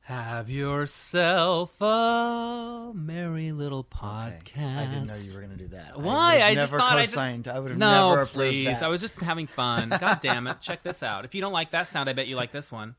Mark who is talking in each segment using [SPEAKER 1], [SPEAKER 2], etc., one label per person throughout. [SPEAKER 1] Have yourself a merry little podcast.
[SPEAKER 2] Okay. I didn't know you were going to do that.
[SPEAKER 1] Why?
[SPEAKER 2] I,
[SPEAKER 1] I
[SPEAKER 2] would
[SPEAKER 1] just
[SPEAKER 2] never
[SPEAKER 1] thought I just-
[SPEAKER 2] co-signed. I would have
[SPEAKER 1] No,
[SPEAKER 2] never approved
[SPEAKER 1] please.
[SPEAKER 2] that.
[SPEAKER 1] I was just having fun. God damn it. Check this out. If you don't like that sound, I bet you like this one.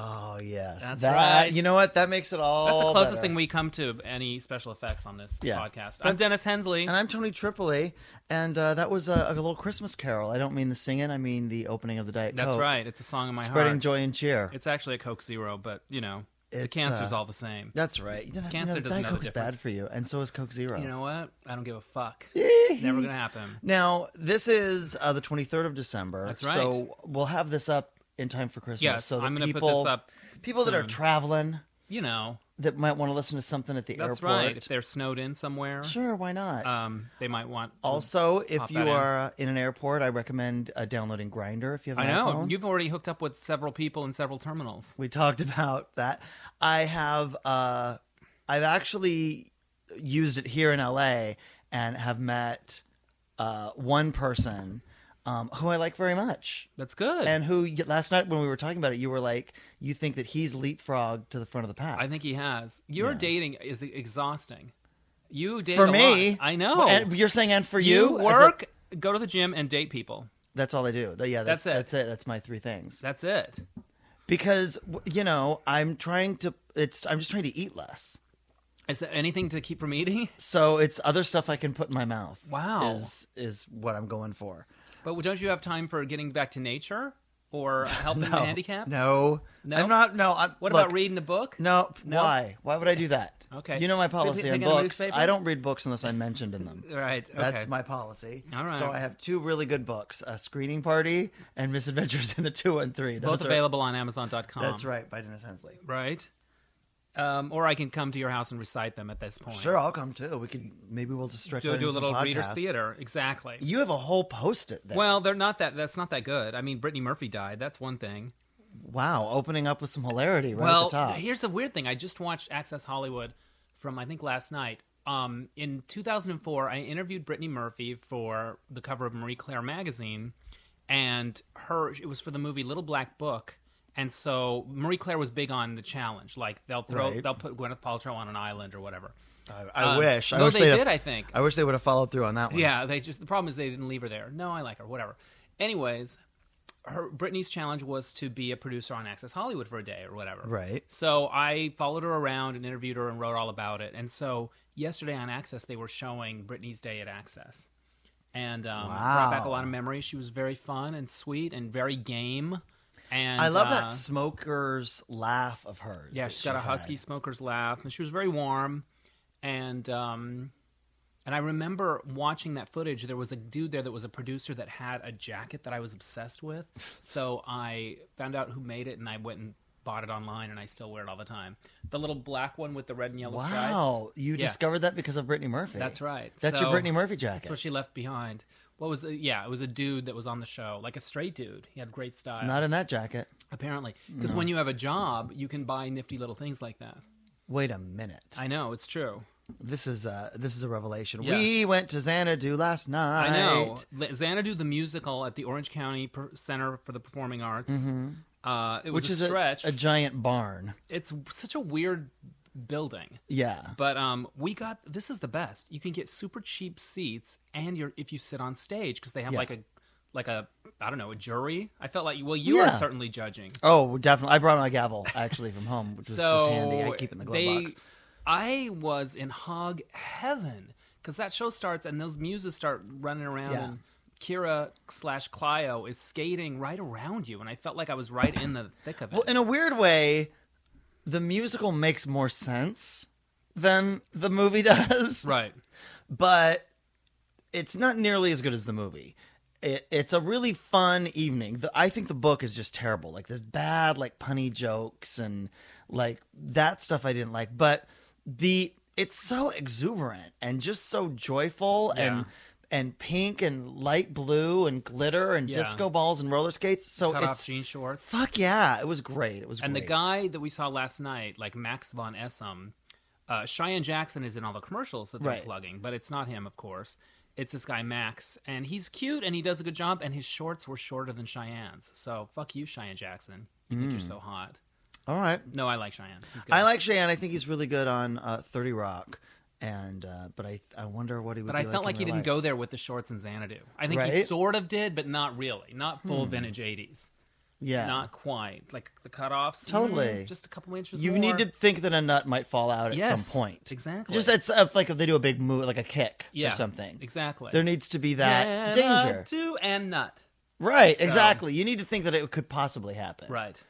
[SPEAKER 2] Oh yes,
[SPEAKER 1] That's
[SPEAKER 2] That-
[SPEAKER 1] right.
[SPEAKER 2] You know what? That makes it all.
[SPEAKER 1] That's the closest
[SPEAKER 2] better.
[SPEAKER 1] thing we come to any special effects on this
[SPEAKER 2] Yeah.
[SPEAKER 1] podcast. I'm
[SPEAKER 2] That's-
[SPEAKER 1] Dennis Hensley.
[SPEAKER 2] And I'm Tony Tripoli, and uh, that was a, a little Christmas carol. I don't mean the singing; I mean the opening of the Diet
[SPEAKER 1] That's
[SPEAKER 2] Coke.
[SPEAKER 1] right. It's a song in my
[SPEAKER 2] Spreading
[SPEAKER 1] heart.
[SPEAKER 2] joy and cheer.
[SPEAKER 1] It's actually a Coke Zero, but you know, the
[SPEAKER 2] It's,
[SPEAKER 1] cancer's
[SPEAKER 2] uh,
[SPEAKER 1] all the same.
[SPEAKER 2] That's right. You didn't
[SPEAKER 1] Cancer
[SPEAKER 2] know that
[SPEAKER 1] doesn't
[SPEAKER 2] Diet
[SPEAKER 1] know the
[SPEAKER 2] Coke's
[SPEAKER 1] difference.
[SPEAKER 2] bad for you, and so is Coke Zero.
[SPEAKER 1] You know what? I don't give a fuck.
[SPEAKER 2] Yeah.
[SPEAKER 1] Never gonna happen.
[SPEAKER 2] Now this is uh, the 23rd of December.
[SPEAKER 1] That's right.
[SPEAKER 2] So we'll have this up in time for Christmas.
[SPEAKER 1] Yes,
[SPEAKER 2] so that
[SPEAKER 1] I'm gonna
[SPEAKER 2] people,
[SPEAKER 1] put this up.
[SPEAKER 2] People that are
[SPEAKER 1] soon.
[SPEAKER 2] traveling
[SPEAKER 1] You know,
[SPEAKER 2] that might want to listen to something at the
[SPEAKER 1] that's
[SPEAKER 2] airport.
[SPEAKER 1] right. If they're snowed in somewhere,
[SPEAKER 2] Sure, why not?
[SPEAKER 1] um, they might want. To,
[SPEAKER 2] also, if
[SPEAKER 1] pop
[SPEAKER 2] you
[SPEAKER 1] that in.
[SPEAKER 2] are uh, in an airport, I recommend uh, downloading Grinder if you have
[SPEAKER 1] I
[SPEAKER 2] an
[SPEAKER 1] know
[SPEAKER 2] iPhone.
[SPEAKER 1] you've already hooked up with several people in several terminals.
[SPEAKER 2] We talked about that. I have uh I've actually used it here in LA and have met uh one person um who I like very much.
[SPEAKER 1] That's good.
[SPEAKER 2] And who y- last night when we were talking about it you were like you think that he's leapfrogged to the front of the pack.
[SPEAKER 1] I think he has. Your
[SPEAKER 2] Yeah.
[SPEAKER 1] dating is exhausting. You date
[SPEAKER 2] for
[SPEAKER 1] a
[SPEAKER 2] me,
[SPEAKER 1] lot. I know.
[SPEAKER 2] Well, and you're saying and for you, as a-
[SPEAKER 1] work, go to the gym, and date people.
[SPEAKER 2] that's all I do. Th- Yeah, that's,
[SPEAKER 1] That's it.
[SPEAKER 2] That's it. That's my three things.
[SPEAKER 1] That's it.
[SPEAKER 2] Because w- you know, I'm trying to. It's I'm just trying to eat less.
[SPEAKER 1] Is there anything to keep from eating?
[SPEAKER 2] So it's other stuff I can put in my mouth.
[SPEAKER 1] Wow.
[SPEAKER 2] is is what I'm going for.
[SPEAKER 1] But don't you have time for getting back to nature or helping the handicapped?
[SPEAKER 2] No,
[SPEAKER 1] No?
[SPEAKER 2] I'm not. No, I'm,
[SPEAKER 1] What
[SPEAKER 2] look,
[SPEAKER 1] about reading a book?
[SPEAKER 2] No,
[SPEAKER 1] No?
[SPEAKER 2] why? Why would I do that?
[SPEAKER 1] Okay.
[SPEAKER 2] you know my
[SPEAKER 1] Pick-
[SPEAKER 2] policy on
[SPEAKER 1] pick out a
[SPEAKER 2] books.
[SPEAKER 1] newspaper?
[SPEAKER 2] I don't read books unless I'm mentioned in them.
[SPEAKER 1] Right. Okay.
[SPEAKER 2] That's my policy.
[SPEAKER 1] All right.
[SPEAKER 2] So I have two really good books: A Screening Party and Misadventures in the Two and Three. Those
[SPEAKER 1] Both
[SPEAKER 2] are-
[SPEAKER 1] available on Amazon.com.
[SPEAKER 2] That's right, by Dennis Hensley.
[SPEAKER 1] Right. Um, or I can come to your house and recite them at this point.
[SPEAKER 2] Sure, I'll come too. We could maybe we'll just stretch
[SPEAKER 1] Go
[SPEAKER 2] that
[SPEAKER 1] do a
[SPEAKER 2] into some
[SPEAKER 1] little readers
[SPEAKER 2] podcasts.
[SPEAKER 1] theater. Exactly.
[SPEAKER 2] You have a whole post-it there.
[SPEAKER 1] Well, they're not that. That's not that good. I mean, Brittany Murphy died. That's one thing.
[SPEAKER 2] wow, opening up with some hilarity right
[SPEAKER 1] well,
[SPEAKER 2] at the top.
[SPEAKER 1] here's the weird thing. I just watched Access Hollywood from I think last night. Um, in 2004, I interviewed Brittany Murphy for the cover of Marie Claire magazine, and her it was for the movie Little Black Book. And so Marie Claire was big on the challenge, like they'll throw
[SPEAKER 2] Right.
[SPEAKER 1] they'll put Gwyneth Paltrow on an island or whatever.
[SPEAKER 2] I, I
[SPEAKER 1] Um,
[SPEAKER 2] wish. I
[SPEAKER 1] no,
[SPEAKER 2] wish
[SPEAKER 1] they
[SPEAKER 2] they'd
[SPEAKER 1] did,
[SPEAKER 2] Have,
[SPEAKER 1] I think.
[SPEAKER 2] I wish they would have followed through on that one.
[SPEAKER 1] Yeah, they just the problem is they didn't leave her there. No, I like her, whatever. Anyways, her Britney's challenge was to be a producer on Access Hollywood for a day or whatever.
[SPEAKER 2] Right.
[SPEAKER 1] So I followed her around and interviewed her and wrote all about it. And so yesterday on Access they were showing Britney's day at Access. And um, brought back a
[SPEAKER 2] Wow.
[SPEAKER 1] lot of memories. She was very fun and sweet and very game. And
[SPEAKER 2] I love
[SPEAKER 1] uh,
[SPEAKER 2] that smoker's laugh of hers.
[SPEAKER 1] yeah,
[SPEAKER 2] that
[SPEAKER 1] she's got
[SPEAKER 2] she
[SPEAKER 1] a husky
[SPEAKER 2] had.
[SPEAKER 1] smoker's laugh, and she was very warm. And um, and I remember watching that footage. There was a dude there that was a producer that had a jacket that I was obsessed with. So I found out who made it, and I went and bought it online, and I still wear it all the time. The little black one with the red and yellow stripes.
[SPEAKER 2] Wow, you
[SPEAKER 1] Yeah.
[SPEAKER 2] discovered that because of Brittany Murphy.
[SPEAKER 1] That's right.
[SPEAKER 2] That's
[SPEAKER 1] So-
[SPEAKER 2] your Brittany Murphy
[SPEAKER 1] That's
[SPEAKER 2] jacket.
[SPEAKER 1] what she left behind. What was it? Yeah, it was a dude that was on the show, like a straight dude. He had great style,
[SPEAKER 2] Not in that jacket.
[SPEAKER 1] apparently. Because when you have a job, you can buy nifty little things like that.
[SPEAKER 2] Wait a minute.
[SPEAKER 1] I know it's true.
[SPEAKER 2] this is uh this is a revelation.
[SPEAKER 1] Yeah.
[SPEAKER 2] We went to Xanadu last night.
[SPEAKER 1] I know. L- Xanadu the musical at the Orange County per- Center for the Performing Arts. Uh, it was
[SPEAKER 2] Mm-hmm. Which
[SPEAKER 1] a
[SPEAKER 2] is a,
[SPEAKER 1] stretch.
[SPEAKER 2] a giant barn.
[SPEAKER 1] it's such a weird building.
[SPEAKER 2] Yeah.
[SPEAKER 1] But um, we got this is the best. You can get super cheap seats, and you're if you sit on stage because they have
[SPEAKER 2] Yeah.
[SPEAKER 1] like a like a I don't know a jury. I felt like well you are were
[SPEAKER 2] Yeah.
[SPEAKER 1] certainly judging.
[SPEAKER 2] Oh, definitely. I brought my gavel actually from home, which was just handy. I keep it in the glove
[SPEAKER 1] they-
[SPEAKER 2] box.
[SPEAKER 1] I was in hog heaven because that show starts and those muses start running around
[SPEAKER 2] Yeah.
[SPEAKER 1] and Kira slash Clio is skating right around you, and I felt like I was right in the thick of it.
[SPEAKER 2] Well, in a weird way, the musical makes more sense than the movie does,
[SPEAKER 1] right.
[SPEAKER 2] but it's not nearly as good as the movie. It, it's a really fun evening. The, I think the book is just terrible. Like there's bad, like punny jokes and like that stuff I didn't like. But the it's so exuberant and just so joyful
[SPEAKER 1] Yeah.
[SPEAKER 2] and and pink and light blue and glitter and
[SPEAKER 1] Yeah.
[SPEAKER 2] disco balls and roller skates. So
[SPEAKER 1] Cut off
[SPEAKER 2] it's
[SPEAKER 1] jean shorts.
[SPEAKER 2] fuck yeah, it was great. It was
[SPEAKER 1] And the
[SPEAKER 2] great.
[SPEAKER 1] guy that we saw last night, like Max von Essum, uh, Cheyenne Jackson is in all the commercials that they're
[SPEAKER 2] Right.
[SPEAKER 1] plugging, but it's not him, of course. It's this guy Max, and he's cute and he does a good job. And his shorts were shorter than Cheyenne's, so fuck you, Cheyenne Jackson. You think you're so hot?
[SPEAKER 2] All right.
[SPEAKER 1] No, I like Cheyenne. He's good.
[SPEAKER 2] Mm. I like Cheyenne. I think he's really good on uh, Thirty Rock, and uh, but I I wonder what he would.
[SPEAKER 1] but
[SPEAKER 2] be
[SPEAKER 1] I felt like
[SPEAKER 2] in
[SPEAKER 1] he
[SPEAKER 2] real
[SPEAKER 1] didn't
[SPEAKER 2] life.
[SPEAKER 1] go there with the shorts and Xanadu. I think he
[SPEAKER 2] Right? Hmm.
[SPEAKER 1] sort of did, but not really. Not full vintage '80s.
[SPEAKER 2] Yeah.
[SPEAKER 1] Not quite. Like the cutoffs. mm,
[SPEAKER 2] Totally.
[SPEAKER 1] just a couple inches.
[SPEAKER 2] you
[SPEAKER 1] more.
[SPEAKER 2] need to think that a nut might fall out at
[SPEAKER 1] Yes,
[SPEAKER 2] some point.
[SPEAKER 1] exactly.
[SPEAKER 2] Just it's uh, like if they do a big move, like a kick
[SPEAKER 1] yeah,
[SPEAKER 2] or something.
[SPEAKER 1] Exactly.
[SPEAKER 2] There needs to be that danger.
[SPEAKER 1] Two and nut.
[SPEAKER 2] Right,
[SPEAKER 1] So-
[SPEAKER 2] exactly. You need to think that it could possibly happen.
[SPEAKER 1] Right.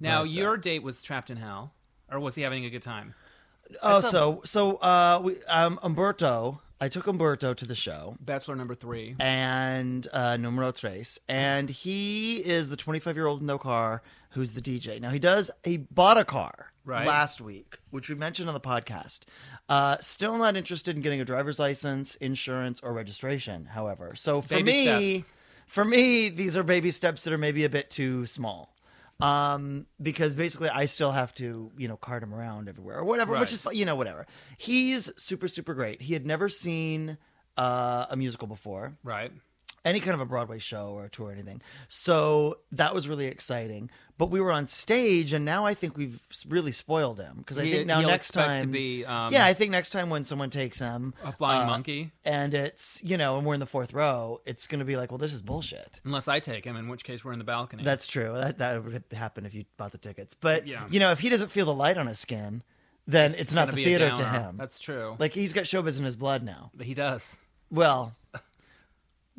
[SPEAKER 1] Now
[SPEAKER 2] But, uh,
[SPEAKER 1] your date was trapped in hell, or was he having a good time?
[SPEAKER 2] Oh,
[SPEAKER 1] That's a-
[SPEAKER 2] so so uh, we um Umberto. I took Umberto to the show
[SPEAKER 1] Bachelor number three.
[SPEAKER 2] and uh, numero tres, and he is the 25 year old no car who's the DJ. Now he does he bought a car
[SPEAKER 1] Right.
[SPEAKER 2] last week, which we mentioned on the podcast. Uh, still not interested in getting a driver's license, insurance, or registration. However, so for
[SPEAKER 1] Baby
[SPEAKER 2] me,
[SPEAKER 1] steps.
[SPEAKER 2] for me, these are baby steps that are maybe a bit too small. Um, because basically I still have to, you know, cart him around everywhere or whatever,
[SPEAKER 1] Right.
[SPEAKER 2] which is fi- you know, whatever. He's super, super great. He had never seen uh, a musical before
[SPEAKER 1] Right.
[SPEAKER 2] any kind of a Broadway show or a tour or anything. So that was really exciting. But we were on stage, and now I think we've really spoiled him because I
[SPEAKER 1] He-
[SPEAKER 2] think now
[SPEAKER 1] he'll
[SPEAKER 2] next
[SPEAKER 1] expect
[SPEAKER 2] time
[SPEAKER 1] to be um,
[SPEAKER 2] yeah, I think next time when someone takes him
[SPEAKER 1] a flying
[SPEAKER 2] uh,
[SPEAKER 1] monkey.
[SPEAKER 2] and it's you know, and we're in the fourth row, it's going to be like, well, this is bullshit.
[SPEAKER 1] Unless I take him, in which case we're in the balcony.
[SPEAKER 2] That's true. That that would happen if you bought the tickets. But
[SPEAKER 1] Yeah.
[SPEAKER 2] you know, if he doesn't feel the light on his skin, then it's, not
[SPEAKER 1] gonna
[SPEAKER 2] the
[SPEAKER 1] be a
[SPEAKER 2] theater to
[SPEAKER 1] downer.
[SPEAKER 2] him.
[SPEAKER 1] That's true.
[SPEAKER 2] Like he's got showbiz in his blood now.
[SPEAKER 1] he does.
[SPEAKER 2] Well,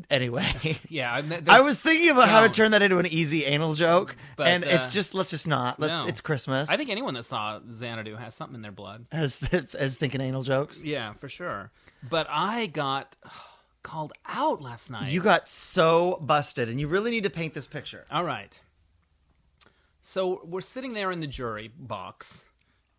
[SPEAKER 2] anyway.
[SPEAKER 1] Yeah. I, mean,
[SPEAKER 2] I
[SPEAKER 1] there's-
[SPEAKER 2] was thinking about how to
[SPEAKER 1] No.
[SPEAKER 2] turn that into an easy anal joke,
[SPEAKER 1] But,
[SPEAKER 2] and
[SPEAKER 1] uh,
[SPEAKER 2] it's just let's just not. Let's.
[SPEAKER 1] no.
[SPEAKER 2] It's Christmas.
[SPEAKER 1] I think anyone that saw Xanadu has something in their blood.
[SPEAKER 2] as as thinking anal jokes.
[SPEAKER 1] Yeah, for sure. But I got called out last night.
[SPEAKER 2] You got so busted, and you really need to paint this picture.
[SPEAKER 1] All right. So we're sitting there in the jury box,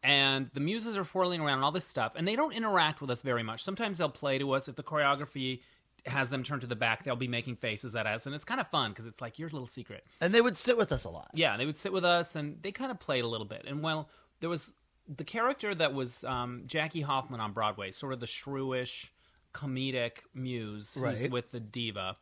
[SPEAKER 1] and the muses are whirling around and all this stuff, and they don't interact with us very much. Sometimes they'll play to us. If the choreography has them turn to the back, they'll be making faces at us, and it's kind of fun because it's like your little secret.
[SPEAKER 2] And they would sit with us a lot.
[SPEAKER 1] Yeah, they would sit with us and they kind of played a little bit. And well, there was the character that was um, Jackie Hoffman on Broadway, sort of the shrewish comedic muse who's
[SPEAKER 2] Right.
[SPEAKER 1] with the diva.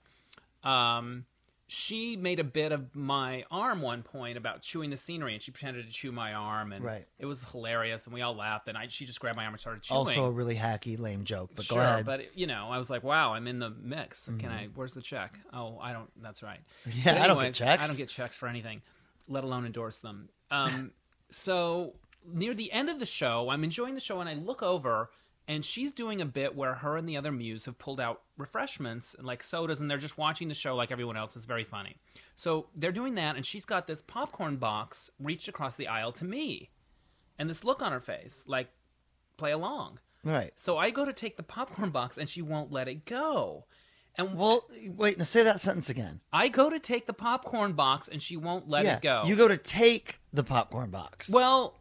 [SPEAKER 1] Um, she made a bit of my arm one point about chewing the scenery, and she pretended to chew my arm, and
[SPEAKER 2] Right.
[SPEAKER 1] it was hilarious, and we all laughed. And I, she just grabbed my arm and started chewing.
[SPEAKER 2] Also, a really hacky, lame joke. But
[SPEAKER 1] sure,
[SPEAKER 2] go ahead. Mm-hmm.
[SPEAKER 1] but you know, I was like, "Wow, I'm in the mix." Can I? Where's the check? Oh, I don't. That's right.
[SPEAKER 2] Yeah,
[SPEAKER 1] But
[SPEAKER 2] I don't get
[SPEAKER 1] anyways,
[SPEAKER 2] checks.
[SPEAKER 1] I don't get checks for anything, let alone endorse them. Um, so near the end of the show, I'm enjoying the show, and I look over, and she's doing a bit where her and the other muse have pulled out refreshments and like sodas, and they're just watching the show like everyone else. It's very funny. So they're doing that, and she's got this popcorn box reached across the aisle to me, and this look on her face, like play along.
[SPEAKER 2] right.
[SPEAKER 1] So I go to take the popcorn box and she won't let it go. And
[SPEAKER 2] Well, wait. Now say that sentence again.
[SPEAKER 1] I go to take the popcorn box and she won't let
[SPEAKER 2] yeah.
[SPEAKER 1] it go.
[SPEAKER 2] You go to take the popcorn box.
[SPEAKER 1] Well,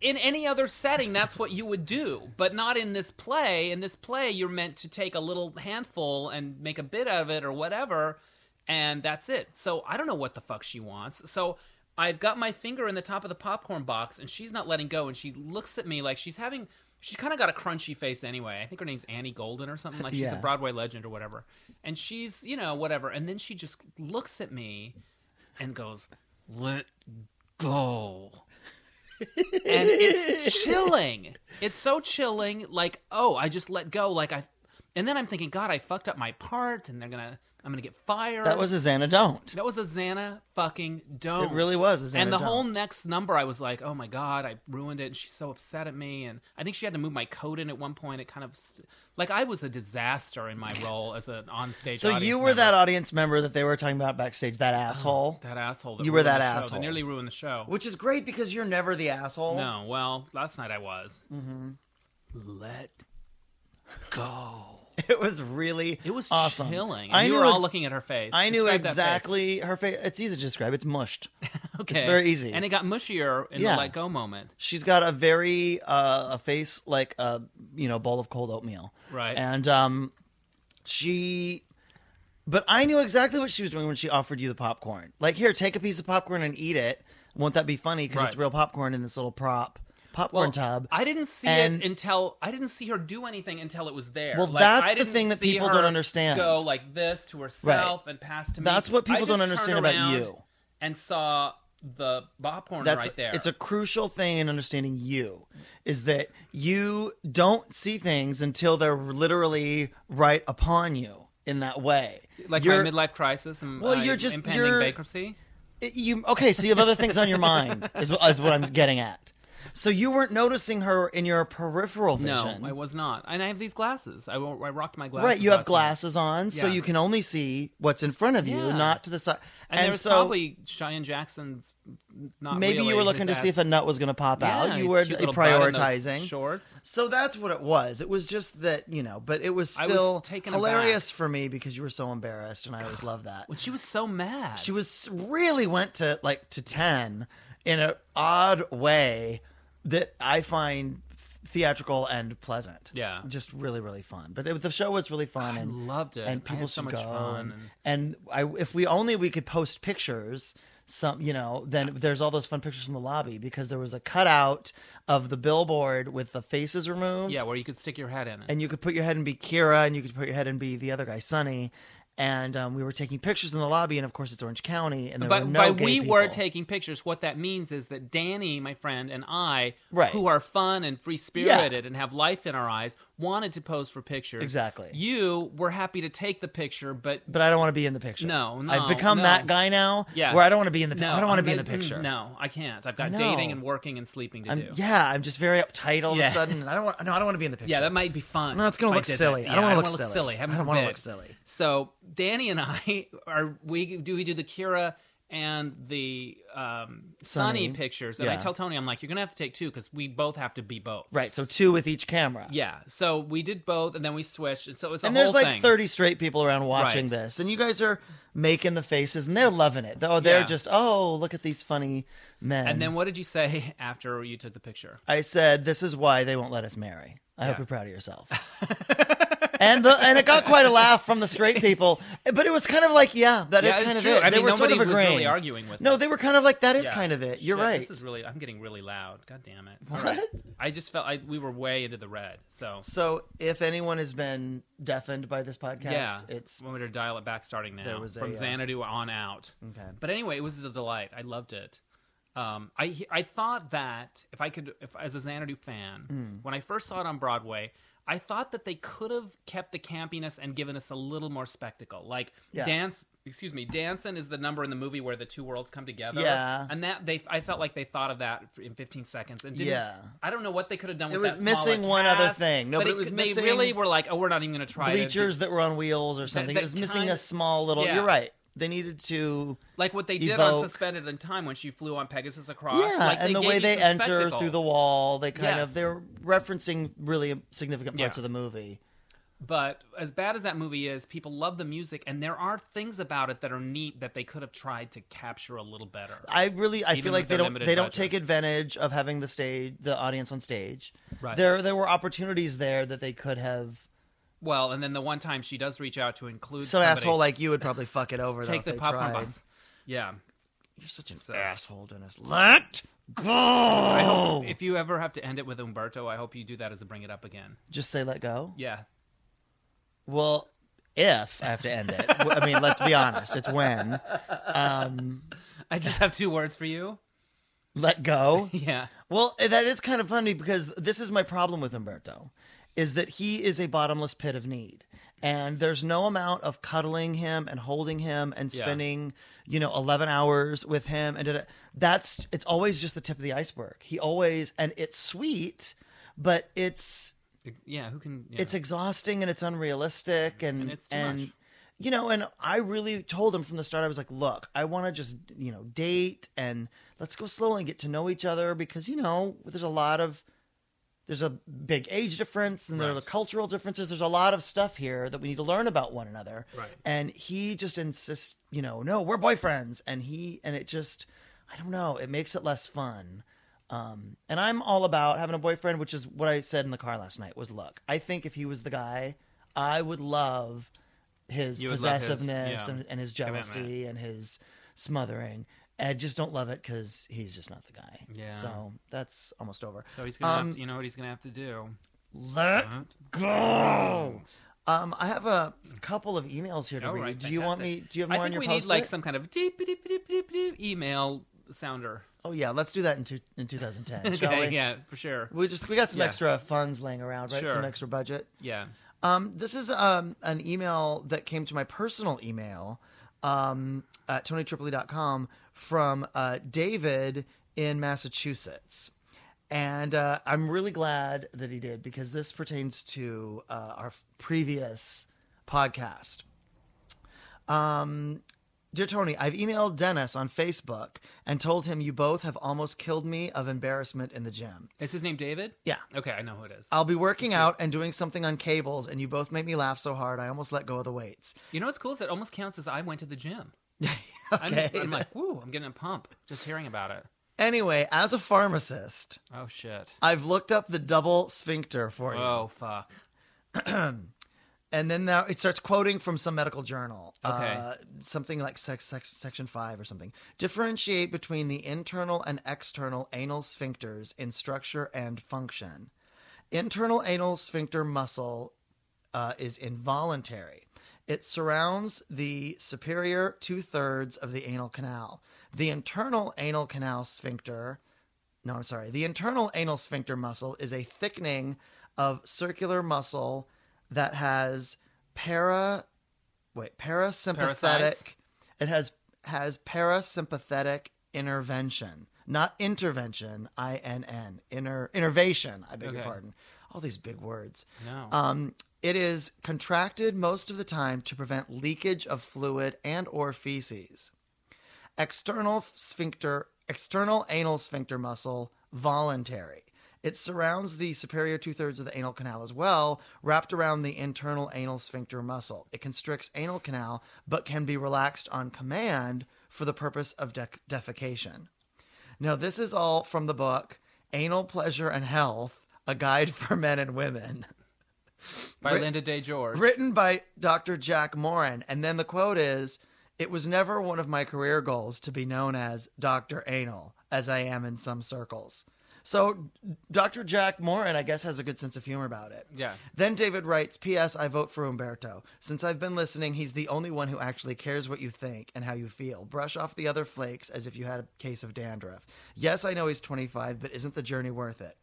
[SPEAKER 1] in any other setting, that's what you would do, but not in this play. In this play, you're meant to take a little handful and make a bit of it or whatever, and that's it. So I don't know what the fuck she wants. So I've got my finger in the top of the popcorn box, and she's not letting go, and she looks at me like she's having. She's kind of got a crunchy face anyway. I think her name's Annie Golden or something. Like she's
[SPEAKER 2] Yeah.
[SPEAKER 1] a Broadway legend or whatever. And she's, you know, whatever. And then she just looks at me and goes, let go. and it's chilling. It's so chilling. Like, oh, I just let go. Like I, and then I'm thinking, God, I fucked up my part, and they're gonna, I'm gonna get fired.
[SPEAKER 2] that was a Xana don't.
[SPEAKER 1] that was a Xana fucking don't.
[SPEAKER 2] It really was a Xana
[SPEAKER 1] And the
[SPEAKER 2] don't.
[SPEAKER 1] whole next number, I was like, oh my God, I ruined it, and she's so upset at me, and I think she had to move my coat in at one point. It kind of, st- like, I was a disaster in my role as an onstage.
[SPEAKER 2] So you
[SPEAKER 1] audience
[SPEAKER 2] were
[SPEAKER 1] member.
[SPEAKER 2] that audience member that they were talking about backstage. That asshole.
[SPEAKER 1] that asshole. That
[SPEAKER 2] You were
[SPEAKER 1] ruined
[SPEAKER 2] that
[SPEAKER 1] the show,
[SPEAKER 2] asshole.
[SPEAKER 1] That nearly ruined the show.
[SPEAKER 2] which is great because you're never the asshole.
[SPEAKER 1] No, well, last night I was. Mm-hmm. Let go.
[SPEAKER 2] It was really
[SPEAKER 1] It was
[SPEAKER 2] awesome.
[SPEAKER 1] chilling. And
[SPEAKER 2] I
[SPEAKER 1] you
[SPEAKER 2] knew
[SPEAKER 1] were
[SPEAKER 2] it-
[SPEAKER 1] all looking at her face.
[SPEAKER 2] I knew
[SPEAKER 1] Describe that face.
[SPEAKER 2] exactly her face. It's easy to describe. It's mushed.
[SPEAKER 1] Okay.
[SPEAKER 2] very easy.
[SPEAKER 1] And it got mushier in
[SPEAKER 2] Yeah.
[SPEAKER 1] the let go moment.
[SPEAKER 2] She's got a very uh, a face like a you know bowl of cold oatmeal.
[SPEAKER 1] Right.
[SPEAKER 2] And um, she, but I knew exactly what she was doing when she offered you the popcorn. Like here, take a piece of popcorn and eat it. Won't that be funny? Because it's
[SPEAKER 1] Right.
[SPEAKER 2] real popcorn in this little prop popcorn tub.
[SPEAKER 1] I didn't see
[SPEAKER 2] And-
[SPEAKER 1] it until I didn't see her do anything until it was there.
[SPEAKER 2] Well,
[SPEAKER 1] Like,
[SPEAKER 2] that's
[SPEAKER 1] I
[SPEAKER 2] the
[SPEAKER 1] didn't
[SPEAKER 2] thing that
[SPEAKER 1] see
[SPEAKER 2] people
[SPEAKER 1] her
[SPEAKER 2] don't understand.
[SPEAKER 1] Go like this to herself and pass to me.
[SPEAKER 2] That's what
[SPEAKER 1] I
[SPEAKER 2] people
[SPEAKER 1] just
[SPEAKER 2] don't understand
[SPEAKER 1] turned
[SPEAKER 2] about
[SPEAKER 1] around
[SPEAKER 2] you.
[SPEAKER 1] And saw the popcorn
[SPEAKER 2] That's
[SPEAKER 1] right there.
[SPEAKER 2] It's a crucial thing in understanding you is that you don't see things until they're literally right upon you in that way.
[SPEAKER 1] like
[SPEAKER 2] You're-
[SPEAKER 1] my midlife crisis and
[SPEAKER 2] Well,
[SPEAKER 1] uh,
[SPEAKER 2] you're just-
[SPEAKER 1] impending
[SPEAKER 2] you're-
[SPEAKER 1] bankruptcy.
[SPEAKER 2] it- you okay so you have other things on your mind is, is what i'm getting at so you weren't noticing her in your peripheral
[SPEAKER 1] No,
[SPEAKER 2] vision
[SPEAKER 1] I was not, and I have these glasses. I, wo- I rocked my glasses.
[SPEAKER 2] right you have
[SPEAKER 1] last night.
[SPEAKER 2] glasses on so
[SPEAKER 1] Yeah.
[SPEAKER 2] you can only see what's in front of you
[SPEAKER 1] Yeah.
[SPEAKER 2] not to the side
[SPEAKER 1] and, there was
[SPEAKER 2] so
[SPEAKER 1] probably Cheyenne Jackson's. Not
[SPEAKER 2] maybe you were
[SPEAKER 1] really
[SPEAKER 2] looking
[SPEAKER 1] his
[SPEAKER 2] to see
[SPEAKER 1] ass.
[SPEAKER 2] if a nut was going to pop
[SPEAKER 1] Yeah,
[SPEAKER 2] out you
[SPEAKER 1] his
[SPEAKER 2] were
[SPEAKER 1] cute little butt in those
[SPEAKER 2] prioritizing
[SPEAKER 1] shorts.
[SPEAKER 2] so that's what it was it was just that you know but it was
[SPEAKER 1] I was
[SPEAKER 2] still
[SPEAKER 1] taken
[SPEAKER 2] hilarious for me because you were so embarrassed and i always love that
[SPEAKER 1] When she was so mad,
[SPEAKER 2] she was really went to like to 10 in an odd way that i find theatrical and pleasant
[SPEAKER 1] Yeah.
[SPEAKER 2] just really really fun but it, the show was really fun
[SPEAKER 1] I
[SPEAKER 2] and
[SPEAKER 1] loved it.
[SPEAKER 2] and
[SPEAKER 1] I had
[SPEAKER 2] people
[SPEAKER 1] so
[SPEAKER 2] should
[SPEAKER 1] much
[SPEAKER 2] go
[SPEAKER 1] fun. and-
[SPEAKER 2] and, and I, if we only we could post pictures some you know then there's all those fun pictures from the lobby because there was a cutout of the billboard with the faces removed
[SPEAKER 1] yeah, where you could stick your head in it.
[SPEAKER 2] and you could put your head and be Kira, and you could put your head and be the other guy, Sonny. And um, we were taking pictures in the lobby, and of course it's Orange County, and there
[SPEAKER 1] But
[SPEAKER 2] were
[SPEAKER 1] by,
[SPEAKER 2] no gay
[SPEAKER 1] we
[SPEAKER 2] people.
[SPEAKER 1] were taking pictures, what that means is that Danny, my friend, and I,
[SPEAKER 2] Right.
[SPEAKER 1] who are fun and free spirited and have life in our eyes, wanted to pose for pictures.
[SPEAKER 2] Exactly.
[SPEAKER 1] You were happy to take the picture, but
[SPEAKER 2] but I don't want to be in the picture.
[SPEAKER 1] No, no,
[SPEAKER 2] I've become
[SPEAKER 1] no.
[SPEAKER 2] that guy now.
[SPEAKER 1] Yeah.
[SPEAKER 2] where I don't want to be in the.
[SPEAKER 1] no,
[SPEAKER 2] I don't want to
[SPEAKER 1] I'm
[SPEAKER 2] be in the
[SPEAKER 1] like, mm,
[SPEAKER 2] picture.
[SPEAKER 1] No, I can't. I've
[SPEAKER 2] I
[SPEAKER 1] got
[SPEAKER 2] know.
[SPEAKER 1] dating and working and sleeping to
[SPEAKER 2] I'm,
[SPEAKER 1] do.
[SPEAKER 2] yeah, I'm just very uptight all of
[SPEAKER 1] Yeah.
[SPEAKER 2] a sudden. and I don't want. No, I don't want to be in the picture.
[SPEAKER 1] Yeah, that might be fun.
[SPEAKER 2] No, it's gonna
[SPEAKER 1] if I
[SPEAKER 2] look
[SPEAKER 1] did that.
[SPEAKER 2] silly. I
[SPEAKER 1] Yeah,
[SPEAKER 2] don't wanna look
[SPEAKER 1] wanna
[SPEAKER 2] silly. I
[SPEAKER 1] Heaven
[SPEAKER 2] don't wanna look
[SPEAKER 1] forbid.
[SPEAKER 2] silly.
[SPEAKER 1] So Danny and I are we do we do the Kira and the um, Sunny
[SPEAKER 2] Sunny.
[SPEAKER 1] pictures, and I
[SPEAKER 2] Yeah.
[SPEAKER 1] tell Tony I'm like, you're gonna have to take two because we both have to be both.
[SPEAKER 2] right. So two with each camera.
[SPEAKER 1] Yeah. So we did both, and then we switched, and so it's a
[SPEAKER 2] And
[SPEAKER 1] whole
[SPEAKER 2] there's like
[SPEAKER 1] thing.
[SPEAKER 2] 30 straight people around watching
[SPEAKER 1] Right.
[SPEAKER 2] this, and you guys are making the faces, and they're loving it. Oh, they're
[SPEAKER 1] Yeah.
[SPEAKER 2] just oh, look at these funny men.
[SPEAKER 1] And then what did you say after you took the picture?
[SPEAKER 2] I said, "This is why they won't let us marry." I hope
[SPEAKER 1] Yeah.
[SPEAKER 2] you're proud of yourself. and the, and it got quite a laugh from the straight people, but it was kind of like, yeah, that is
[SPEAKER 1] Yeah, it's
[SPEAKER 2] kind of
[SPEAKER 1] true.
[SPEAKER 2] it.
[SPEAKER 1] I
[SPEAKER 2] they
[SPEAKER 1] mean,
[SPEAKER 2] were sort
[SPEAKER 1] nobody
[SPEAKER 2] of
[SPEAKER 1] was
[SPEAKER 2] agreeing.
[SPEAKER 1] really arguing with
[SPEAKER 2] no,
[SPEAKER 1] it.
[SPEAKER 2] they were kind of like, that is
[SPEAKER 1] Yeah.
[SPEAKER 2] kind of it. You're
[SPEAKER 1] Shit,
[SPEAKER 2] right.
[SPEAKER 1] This is really. I'm getting really loud. God damn it! All
[SPEAKER 2] What?
[SPEAKER 1] right. I just felt I, we were way into the red. So
[SPEAKER 2] So, if anyone has been deafened by this podcast,
[SPEAKER 1] yeah,
[SPEAKER 2] it's
[SPEAKER 1] when we were to dial it back starting now
[SPEAKER 2] There was a,
[SPEAKER 1] from
[SPEAKER 2] uh,
[SPEAKER 1] Xanadu on out.
[SPEAKER 2] okay.
[SPEAKER 1] But anyway, it was a delight. I loved it. Um, I I thought that if I could, if as a Xanadu fan,
[SPEAKER 2] Hmm.
[SPEAKER 1] when I first saw it on Broadway, I thought that they could have kept the campiness and given us a little more spectacle. Like
[SPEAKER 2] Yeah.
[SPEAKER 1] dance, excuse me, dancing is the number in the movie where the two worlds come together.
[SPEAKER 2] Yeah.
[SPEAKER 1] and that they, I felt like they thought of that in 15 seconds and didn't.
[SPEAKER 2] Yeah.
[SPEAKER 1] I don't know what they could have done.
[SPEAKER 2] It
[SPEAKER 1] with that
[SPEAKER 2] was
[SPEAKER 1] smaller
[SPEAKER 2] missing one other
[SPEAKER 1] cast,
[SPEAKER 2] thing. No, but it was
[SPEAKER 1] could- They
[SPEAKER 2] missing
[SPEAKER 1] really were like, oh, we're not even going to try to-
[SPEAKER 2] Bleachers that were on wheels or something.
[SPEAKER 1] that
[SPEAKER 2] it was missing
[SPEAKER 1] kind
[SPEAKER 2] a
[SPEAKER 1] of-
[SPEAKER 2] small little.
[SPEAKER 1] yeah.
[SPEAKER 2] You're right. They needed to.
[SPEAKER 1] like what they did on
[SPEAKER 2] evoke-
[SPEAKER 1] suspended in time when she flew on pegasus across
[SPEAKER 2] Yeah,
[SPEAKER 1] like
[SPEAKER 2] and the
[SPEAKER 1] gave
[SPEAKER 2] way
[SPEAKER 1] you
[SPEAKER 2] they
[SPEAKER 1] some
[SPEAKER 2] enter
[SPEAKER 1] spectacle.
[SPEAKER 2] through the wall, they kind
[SPEAKER 1] Yes.
[SPEAKER 2] of they're referencing really significant
[SPEAKER 1] Yeah.
[SPEAKER 2] parts of the movie.
[SPEAKER 1] but as bad as that movie is people love the music and there are things about it that are neat that they could have tried to capture a little better
[SPEAKER 2] I really I
[SPEAKER 1] Even
[SPEAKER 2] feel
[SPEAKER 1] with
[SPEAKER 2] like they
[SPEAKER 1] their
[SPEAKER 2] don't
[SPEAKER 1] limited
[SPEAKER 2] they don't
[SPEAKER 1] budget.
[SPEAKER 2] take advantage of having the stage the audience on stage.
[SPEAKER 1] Right.
[SPEAKER 2] There there were opportunities there that they could have
[SPEAKER 1] well and then the one time she does reach out to include
[SPEAKER 2] some
[SPEAKER 1] somebody,
[SPEAKER 2] asshole like you would probably fuck it over. though,
[SPEAKER 1] take
[SPEAKER 2] if
[SPEAKER 1] the
[SPEAKER 2] they
[SPEAKER 1] popcorn
[SPEAKER 2] tried.
[SPEAKER 1] box yeah
[SPEAKER 2] You're such an
[SPEAKER 1] So-
[SPEAKER 2] asshole, Dennis. Let go.
[SPEAKER 1] I hope, if you ever have to end it with Umberto, I hope you do that as a bring it up again.
[SPEAKER 2] Just say let go.
[SPEAKER 1] Yeah.
[SPEAKER 2] Well, if I have to end it, I mean, let's be honest. It's when um,
[SPEAKER 1] I just have two words for you.
[SPEAKER 2] let go.
[SPEAKER 1] Yeah.
[SPEAKER 2] Well, eh, that is kind of funny because this is my problem with Umberto, is that he is a bottomless pit of need, and there's no amount of cuddling him and holding him and
[SPEAKER 1] Yeah.
[SPEAKER 2] spending, you know, eleven hours with him and da-da. that's it's always just the tip of the iceberg. He always and it's sweet, but it's
[SPEAKER 1] Yeah, who can yeah.
[SPEAKER 2] it's exhausting and it's unrealistic and
[SPEAKER 1] And it's too much.
[SPEAKER 2] you know and i really told him from the start i was like look i want to just you know date and let's go slowly and get to know each other because you know there's a lot of there's a big age difference and there are
[SPEAKER 1] Right.
[SPEAKER 2] cultural differences there's a lot of stuff here that we need to learn about one another
[SPEAKER 1] Right.
[SPEAKER 2] and he just insists you know no we're boyfriends and he and it just i don't know it makes it less fun um, and I'm all about having a boyfriend, which is what I said in the car last night. Was look, I think if he was the guy, I would love his
[SPEAKER 1] You would love his,
[SPEAKER 2] possessiveness
[SPEAKER 1] yeah,
[SPEAKER 2] and, and his jealousy and his smothering. I just don't love it because he's just not the guy.
[SPEAKER 1] Yeah.
[SPEAKER 2] So that's almost over.
[SPEAKER 1] so he's gonna
[SPEAKER 2] um, uh,
[SPEAKER 1] have to, you know what he's gonna have to do.
[SPEAKER 2] Let
[SPEAKER 1] Huh?
[SPEAKER 2] go. Um, I have a couple of emails here to
[SPEAKER 1] All
[SPEAKER 2] read.
[SPEAKER 1] right,
[SPEAKER 2] do you want me?
[SPEAKER 1] fantastic.
[SPEAKER 2] Do you have
[SPEAKER 1] I
[SPEAKER 2] more on
[SPEAKER 1] think
[SPEAKER 2] your
[SPEAKER 1] we
[SPEAKER 2] post?
[SPEAKER 1] need like some kind of deep, deep, deep, deep, deep email sounder.
[SPEAKER 2] Oh yeah, let's do that in, two, in 2010, shall
[SPEAKER 1] Okay,
[SPEAKER 2] we?
[SPEAKER 1] yeah, for sure.
[SPEAKER 2] We just we got some
[SPEAKER 1] Yeah.
[SPEAKER 2] extra funds laying around, right? Some
[SPEAKER 1] Sure.
[SPEAKER 2] extra budget.
[SPEAKER 1] Yeah.
[SPEAKER 2] Um, this is um, an email that came to my personal email um, at tonytripoli.com from uh, David in Massachusetts. And uh, I'm really glad that he did because this pertains to uh, our previous podcast. Um, Dear Tony, I've emailed Dennis on Facebook and told him you both have almost killed me of embarrassment in the gym.
[SPEAKER 1] Is his name David?
[SPEAKER 2] Yeah. Uh,
[SPEAKER 1] Okay, I know who it is.
[SPEAKER 2] I'll be working out and doing something on cables, and you both make me laugh so hard I almost let go of the weights.
[SPEAKER 1] you know what's cool is it almost counts as I went to the gym.
[SPEAKER 2] Okay.
[SPEAKER 1] I'm, I'm like, woo, I'm getting a pump just hearing about it.
[SPEAKER 2] Anyway, as a pharmacist,
[SPEAKER 1] Oh, shit.
[SPEAKER 2] I've looked up the double sphincter for you.
[SPEAKER 1] Oh, fuck.
[SPEAKER 2] And then now it starts quoting from some medical journal.
[SPEAKER 1] Okay.
[SPEAKER 2] Uh, something like sex, sex, section five or something. Differentiate between the internal and external anal sphincters in structure and function. Internal anal sphincter muscle uh, is involuntary. It surrounds the superior two thirds of the anal canal. The internal anal canal sphincter, no, I'm sorry, the internal anal sphincter muscle is a thickening of circular muscle that has para, wait, parasympathetic.
[SPEAKER 1] Parasites?
[SPEAKER 2] It has has parasympathetic intervention, not intervention. I N N inner innervation. I beg your
[SPEAKER 1] Okay.
[SPEAKER 2] pardon. All these big words.
[SPEAKER 1] No.
[SPEAKER 2] Um, it is contracted most of the time to prevent leakage of fluid and or feces. External sphincter, external anal sphincter muscle, voluntary. It surrounds the superior two thirds of the anal canal as well, wrapped around the internal anal sphincter muscle. It constricts anal canal, but can be relaxed on command for the purpose of dec defecation. Now, this is all from the book Anal Pleasure and Health, a guide for men and women
[SPEAKER 1] By
[SPEAKER 2] Ri-
[SPEAKER 1] Linda Day George.
[SPEAKER 2] written by Dr. Jack Moran. And then the quote is It was never one of my career goals to be known as Dr. Anal, as I am in some circles. So Dr. Jack Moran, I guess, has a good sense of humor about it.
[SPEAKER 1] Yeah.
[SPEAKER 2] Then David writes, P.S. I vote for Umberto. Since I've been listening, he's the only one who actually cares what you think and how you feel. Brush off the other flakes as if you had a case of dandruff. Yes, I know he's 25, but isn't the journey worth it?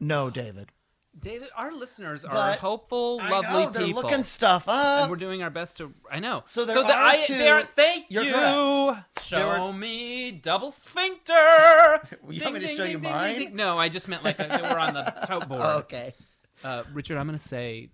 [SPEAKER 2] No, David.
[SPEAKER 1] David, our listeners are
[SPEAKER 2] But-
[SPEAKER 1] hopeful,
[SPEAKER 2] I
[SPEAKER 1] lovely
[SPEAKER 2] know, they're
[SPEAKER 1] people.
[SPEAKER 2] looking stuff up.
[SPEAKER 1] and we're doing our best to. I know.
[SPEAKER 2] So there
[SPEAKER 1] so the,
[SPEAKER 2] are
[SPEAKER 1] I,
[SPEAKER 2] two-
[SPEAKER 1] there, thank
[SPEAKER 2] You're
[SPEAKER 1] you.
[SPEAKER 2] There
[SPEAKER 1] Show
[SPEAKER 2] were-
[SPEAKER 1] me double sphincter.
[SPEAKER 2] You want me to show you mine? Oh,
[SPEAKER 1] No, I just meant like a, we're on the tote board.
[SPEAKER 2] okay.
[SPEAKER 1] Uh, Richard, I'm going to say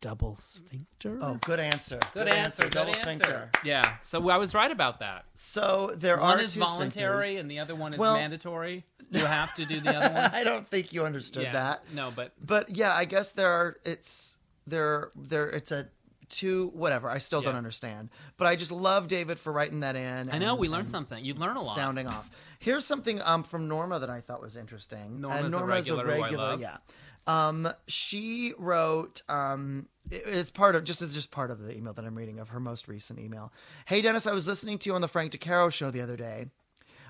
[SPEAKER 1] double sphincter.
[SPEAKER 2] Oh, good answer.
[SPEAKER 1] Mm. good, answer. good
[SPEAKER 2] Double
[SPEAKER 1] answer.
[SPEAKER 2] sphincter.
[SPEAKER 1] Yeah. So I was right about that.
[SPEAKER 2] So there
[SPEAKER 1] One
[SPEAKER 2] are
[SPEAKER 1] is
[SPEAKER 2] two
[SPEAKER 1] voluntary
[SPEAKER 2] sphincters.
[SPEAKER 1] and the other one is
[SPEAKER 2] Well-
[SPEAKER 1] mandatory. You have to do the other one.
[SPEAKER 2] I don't think you understood
[SPEAKER 1] yeah.
[SPEAKER 2] that.
[SPEAKER 1] No, but
[SPEAKER 2] But yeah, I guess there are. It's there. There. It's a two. Whatever. I still don't
[SPEAKER 1] Yeah.
[SPEAKER 2] understand. But I just love David for writing that in.
[SPEAKER 1] I know
[SPEAKER 2] and-
[SPEAKER 1] we learned
[SPEAKER 2] and
[SPEAKER 1] something. You learn a lot.
[SPEAKER 2] Sounding off. Here's something um from Norma that I thought was interesting. Uh,
[SPEAKER 1] Norma's a regular who I love.
[SPEAKER 2] yeah. Um, she wrote um it- it's part of just it's just part of the email that I'm reading of her most recent email. Hey Dennis, I was listening to you on the Frank DeCaro show the other day.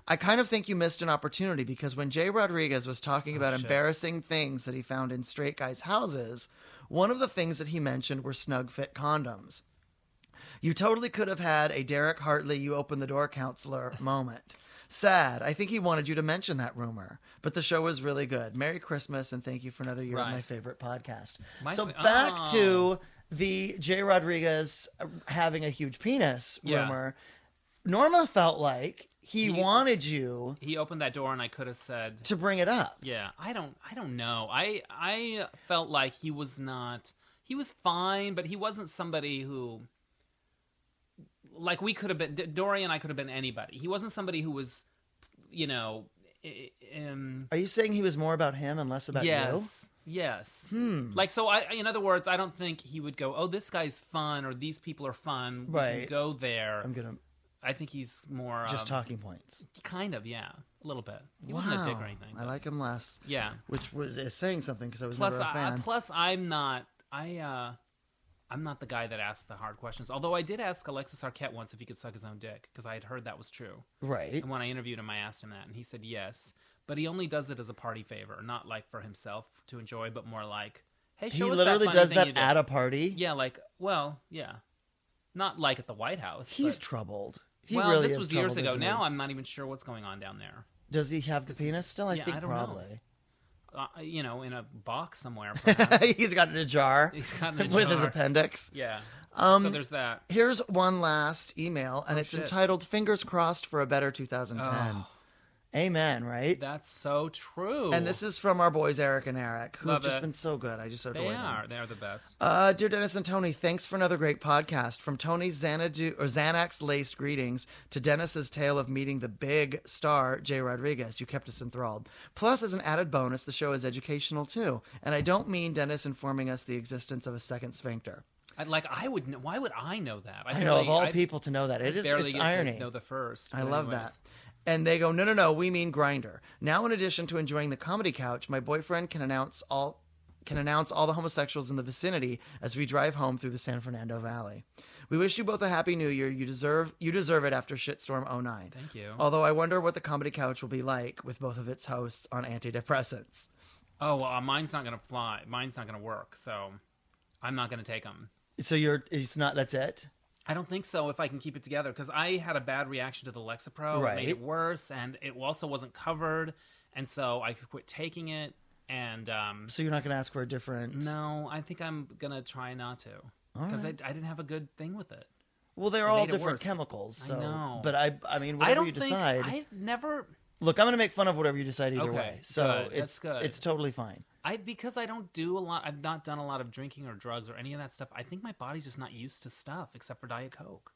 [SPEAKER 2] I kind of think you missed an opportunity because when Jay Rodriguez was talking about
[SPEAKER 1] Oh, shit.
[SPEAKER 2] embarrassing things that he found in straight guys' houses, one of the things that he mentioned were snug fit condoms. You totally could have had a Derek Hartley, you open the door counselor moment. Sad. I think he wanted you to mention that rumor, but the show was really good. Merry Christmas and thank you for another year of
[SPEAKER 1] Right.
[SPEAKER 2] my favorite podcast.
[SPEAKER 1] My
[SPEAKER 2] so
[SPEAKER 1] fa-
[SPEAKER 2] back
[SPEAKER 1] Oh.
[SPEAKER 2] to the Jay Rodriguez uh, having a huge penis
[SPEAKER 1] Yeah.
[SPEAKER 2] rumor. Norma felt like he
[SPEAKER 1] He-
[SPEAKER 2] wanted you
[SPEAKER 1] He opened that door and I could have said
[SPEAKER 2] to bring it up.
[SPEAKER 1] Yeah, I don't I don't know. I I felt like he was not he was fine, but he wasn't somebody who like we could have been D- Dory and I could have been anybody. He wasn't somebody who was you know i- um
[SPEAKER 2] Are you saying he was more about him and less about
[SPEAKER 1] yes. Yes.
[SPEAKER 2] you? Hmm.
[SPEAKER 1] Like so I in other words, I don't think he would go, "Oh, this guy's fun or these people are fun." We can
[SPEAKER 2] Right.
[SPEAKER 1] go there.
[SPEAKER 2] I'm gonna
[SPEAKER 1] I think he's more
[SPEAKER 2] just
[SPEAKER 1] um,
[SPEAKER 2] talking points.
[SPEAKER 1] kind of, yeah, a little bit. He wasn't a dick or anything.
[SPEAKER 2] I
[SPEAKER 1] but-
[SPEAKER 2] like him less,
[SPEAKER 1] yeah.
[SPEAKER 2] which was is saying something because I was
[SPEAKER 1] plus
[SPEAKER 2] never a
[SPEAKER 1] I,
[SPEAKER 2] fan.
[SPEAKER 1] plus I'm not I uh I'm not the guy that asks the hard questions. Although I did ask Alexis Arquette once if he could suck his own dick because I had heard that was true.
[SPEAKER 2] right.
[SPEAKER 1] And when I interviewed him, I asked him that, and he said yes. But he only does it as a party favor, not like for himself to enjoy, but more like, hey,
[SPEAKER 2] He
[SPEAKER 1] show us that
[SPEAKER 2] literally
[SPEAKER 1] funny
[SPEAKER 2] does
[SPEAKER 1] thing you did.
[SPEAKER 2] that at a party.
[SPEAKER 1] yeah, like well, yeah, not like at the White House.
[SPEAKER 2] He's
[SPEAKER 1] but-
[SPEAKER 2] troubled. He
[SPEAKER 1] well,
[SPEAKER 2] really
[SPEAKER 1] this
[SPEAKER 2] is
[SPEAKER 1] was
[SPEAKER 2] troubled,
[SPEAKER 1] years ago.
[SPEAKER 2] isn't he?
[SPEAKER 1] Now I'm not even sure what's going on down there.
[SPEAKER 2] does he have the penis still? I
[SPEAKER 1] yeah,
[SPEAKER 2] think
[SPEAKER 1] I don't know.
[SPEAKER 2] probably.
[SPEAKER 1] Uh, you know, in a box somewhere. Perhaps.
[SPEAKER 2] He's got it in a jar
[SPEAKER 1] He's got it in a
[SPEAKER 2] with his
[SPEAKER 1] jar.
[SPEAKER 2] appendix.
[SPEAKER 1] yeah.
[SPEAKER 2] Um,
[SPEAKER 1] so there's that.
[SPEAKER 2] Here's one last email, and
[SPEAKER 1] Oh,
[SPEAKER 2] it's
[SPEAKER 1] shit.
[SPEAKER 2] entitled "Fingers Crossed for a Better 2010."
[SPEAKER 1] Oh.
[SPEAKER 2] Amen. Right.
[SPEAKER 1] That's so true.
[SPEAKER 2] And this is from our boys Eric and Eric, who have
[SPEAKER 1] Love
[SPEAKER 2] just
[SPEAKER 1] it.
[SPEAKER 2] been so good. I just adore
[SPEAKER 1] they
[SPEAKER 2] them.
[SPEAKER 1] are. They are the best.
[SPEAKER 2] Uh, dear Dennis and Tony, thanks for another great podcast. From Tony's Xanadu or Xanax laced greetings to Dennis's tale of meeting the big star Jay Rodriguez. You kept us enthralled. Plus, as an added bonus, the show is educational too, and I don't mean Dennis informing us the existence of a second sphincter.
[SPEAKER 1] I, like I would. Know, why would I know that?
[SPEAKER 2] I know of
[SPEAKER 1] barely-
[SPEAKER 2] all
[SPEAKER 1] I
[SPEAKER 2] people to know that it is
[SPEAKER 1] barely
[SPEAKER 2] it's
[SPEAKER 1] get
[SPEAKER 2] irony.
[SPEAKER 1] To know the first.
[SPEAKER 2] I
[SPEAKER 1] But
[SPEAKER 2] love
[SPEAKER 1] anyways.
[SPEAKER 2] that. And they go, no, no, no, we mean grinder. Now, in addition to enjoying the comedy couch, my boyfriend can announce all can announce all the homosexuals in the vicinity as we drive home through the San Fernando Valley. We wish you both a happy new year. You deserve you deserve it after shitstorm 09.
[SPEAKER 1] Thank you.
[SPEAKER 2] Although I wonder what the comedy couch will be like with both of its hosts on antidepressants.
[SPEAKER 1] Oh well, uh, mine's not gonna fly. Mine's not gonna work. So I'm not gonna take them.
[SPEAKER 2] So you're it's not that's it.
[SPEAKER 1] I don't think so. If I can keep it together, because I had a bad reaction to the Lexapro, it
[SPEAKER 2] Right.
[SPEAKER 1] made it worse, and it also wasn't covered, and so I quit taking it. And um,
[SPEAKER 2] So you're not going to ask for a different.
[SPEAKER 1] no, I think I'm gonna try not to, because I, I didn't have a good thing with it.
[SPEAKER 2] Well, they're
[SPEAKER 1] It
[SPEAKER 2] all
[SPEAKER 1] made it
[SPEAKER 2] different
[SPEAKER 1] worse.
[SPEAKER 2] chemicals.
[SPEAKER 1] I
[SPEAKER 2] So,
[SPEAKER 1] know.
[SPEAKER 2] but I, I mean,
[SPEAKER 1] I
[SPEAKER 2] whatever
[SPEAKER 1] don't
[SPEAKER 2] you
[SPEAKER 1] think
[SPEAKER 2] decide,
[SPEAKER 1] I never
[SPEAKER 2] Look, I'm going to make fun of whatever you decide either
[SPEAKER 1] Okay,
[SPEAKER 2] way. So
[SPEAKER 1] good. That's
[SPEAKER 2] it's
[SPEAKER 1] good.
[SPEAKER 2] it's totally fine.
[SPEAKER 1] I because I don't do a lot. I've not done a lot of drinking or drugs or any of that stuff. I think my body's just not used to stuff except for Diet Coke.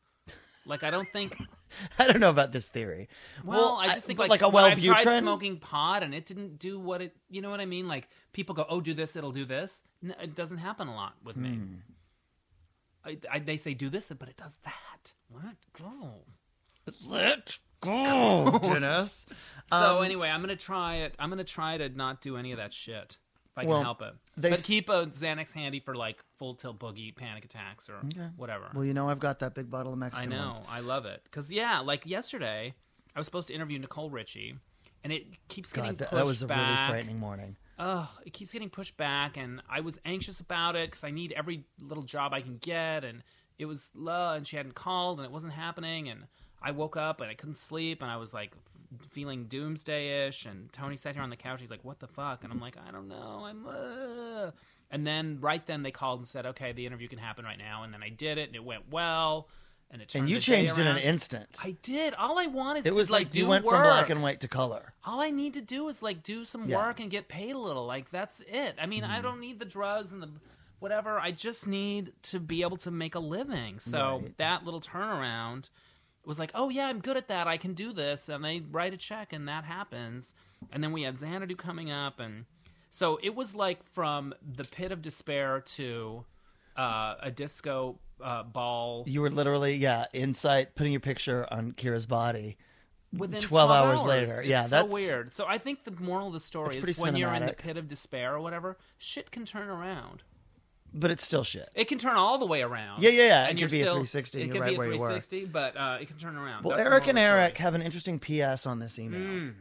[SPEAKER 1] Like I don't think.
[SPEAKER 2] I don't know about this theory.
[SPEAKER 1] Well, I just think
[SPEAKER 2] but
[SPEAKER 1] like,
[SPEAKER 2] a
[SPEAKER 1] when
[SPEAKER 2] well
[SPEAKER 1] I've tried
[SPEAKER 2] butrin.
[SPEAKER 1] smoking pot and it didn't do what it. You know what I mean? Like people go, "Oh, do this, it'll do this." No, it doesn't happen a lot with me. I, I, they say do this, but it does that. What? Go.
[SPEAKER 2] Let go, Dennis.
[SPEAKER 1] So
[SPEAKER 2] Um,
[SPEAKER 1] anyway, I'm gonna try it. I'm gonna try to not do any of that shit if I can
[SPEAKER 2] Well,
[SPEAKER 1] help it.
[SPEAKER 2] they
[SPEAKER 1] but
[SPEAKER 2] s-
[SPEAKER 1] keep a Xanax handy for like full tilt boogie, panic attacks, or whatever.
[SPEAKER 2] Well, you know I've got that big bottle of
[SPEAKER 1] I
[SPEAKER 2] Mexican.
[SPEAKER 1] know,
[SPEAKER 2] ones.
[SPEAKER 1] I love it. Cause yeah, like yesterday, I was supposed to interview Nicole Richie, and it keeps getting
[SPEAKER 2] God, that,
[SPEAKER 1] pushed
[SPEAKER 2] that was a
[SPEAKER 1] back.
[SPEAKER 2] really frightening morning.
[SPEAKER 1] Ugh, it keeps getting pushed back, and I was anxious about it because I need every little job I can get, and it was low, and she hadn't called, and it wasn't happening, and I woke up and I couldn't sleep, and I was like f- feeling doomsday ish, and Tony sat here on the couch, he's like, "What the fuck?" and I'm like, "I don't know, I'm," uh." and then right then they called and said, "Okay, the interview can happen right now," and then I did it, and it went well, and it turned
[SPEAKER 2] And you
[SPEAKER 1] the day
[SPEAKER 2] changed in an
[SPEAKER 1] around.
[SPEAKER 2] instant.
[SPEAKER 1] I did. All I want is
[SPEAKER 2] it
[SPEAKER 1] to,
[SPEAKER 2] was
[SPEAKER 1] like,
[SPEAKER 2] like you
[SPEAKER 1] do
[SPEAKER 2] went
[SPEAKER 1] work
[SPEAKER 2] from black and white to color.
[SPEAKER 1] all I need to do is like do some
[SPEAKER 2] Yeah. Mm-hmm.
[SPEAKER 1] work and get paid a little. Like that's it. I mean, I don't need the drugs and the whatever. I just need to be able to make a living. So
[SPEAKER 2] Right.
[SPEAKER 1] that little turnaround was like, oh yeah, I'm good at that. I can do this, and they write a check, and that happens. And then we had Xanadu coming up, and so it was like from the pit of despair to uh, a disco uh, ball
[SPEAKER 2] You were literally, yeah, inside putting your picture on Kira's body.
[SPEAKER 1] within
[SPEAKER 2] 12
[SPEAKER 1] 12,
[SPEAKER 2] hours later.
[SPEAKER 1] It's
[SPEAKER 2] Yeah,
[SPEAKER 1] so
[SPEAKER 2] that's-
[SPEAKER 1] weird. So I think the moral of the story
[SPEAKER 2] That's
[SPEAKER 1] is
[SPEAKER 2] pretty
[SPEAKER 1] when you're in the
[SPEAKER 2] cinematic.
[SPEAKER 1] pit of despair or whatever, shit can turn around.
[SPEAKER 2] But it's still shit.
[SPEAKER 1] It can turn all the way around.
[SPEAKER 2] Yeah, yeah, yeah. It
[SPEAKER 1] And
[SPEAKER 2] could
[SPEAKER 1] you're
[SPEAKER 2] be a
[SPEAKER 1] still,
[SPEAKER 2] 360.
[SPEAKER 1] It
[SPEAKER 2] You're
[SPEAKER 1] could
[SPEAKER 2] right
[SPEAKER 1] be a
[SPEAKER 2] where you were.
[SPEAKER 1] 360, but uh, it can turn around.
[SPEAKER 2] Well,
[SPEAKER 1] That's the
[SPEAKER 2] Eric
[SPEAKER 1] moral
[SPEAKER 2] and
[SPEAKER 1] of the
[SPEAKER 2] Eric
[SPEAKER 1] story. Hmm.
[SPEAKER 2] have an interesting PS on this email.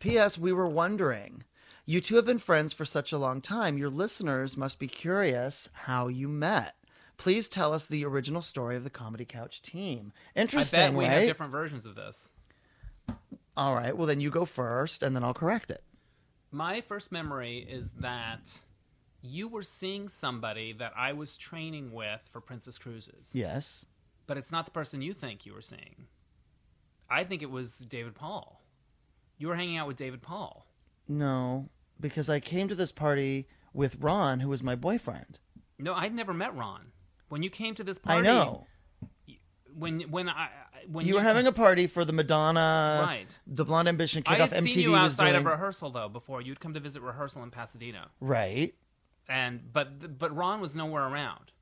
[SPEAKER 2] PS, we were wondering. You two have been friends for such a long time. Your listeners must be curious how you met. Please tell us the original story of the Comedy Couch team.
[SPEAKER 1] I
[SPEAKER 2] Interesting,
[SPEAKER 1] bet we
[SPEAKER 2] right?
[SPEAKER 1] have different versions of this.
[SPEAKER 2] All right. Well, then you go first, and then I'll correct it.
[SPEAKER 1] My first memory is that you were seeing somebody that I was training with for Princess Cruises.
[SPEAKER 2] Yes.
[SPEAKER 1] but it's not the person you think you were seeing. I think it was David Paul. You were hanging out with David Paul.
[SPEAKER 2] No, because I came to this party with Ron, who was my boyfriend.
[SPEAKER 1] No, I'd never met Ron. When you came to this party,
[SPEAKER 2] I know.
[SPEAKER 1] When when I when
[SPEAKER 2] You were having a party for the Madonna,
[SPEAKER 1] Right.
[SPEAKER 2] the Blonde Ambition
[SPEAKER 1] I
[SPEAKER 2] kickoff
[SPEAKER 1] had
[SPEAKER 2] MTV
[SPEAKER 1] seen you
[SPEAKER 2] was
[SPEAKER 1] outside
[SPEAKER 2] doing.
[SPEAKER 1] of rehearsal though before you'd come to visit rehearsal in Pasadena,
[SPEAKER 2] Right.
[SPEAKER 1] and but but Ron was nowhere around.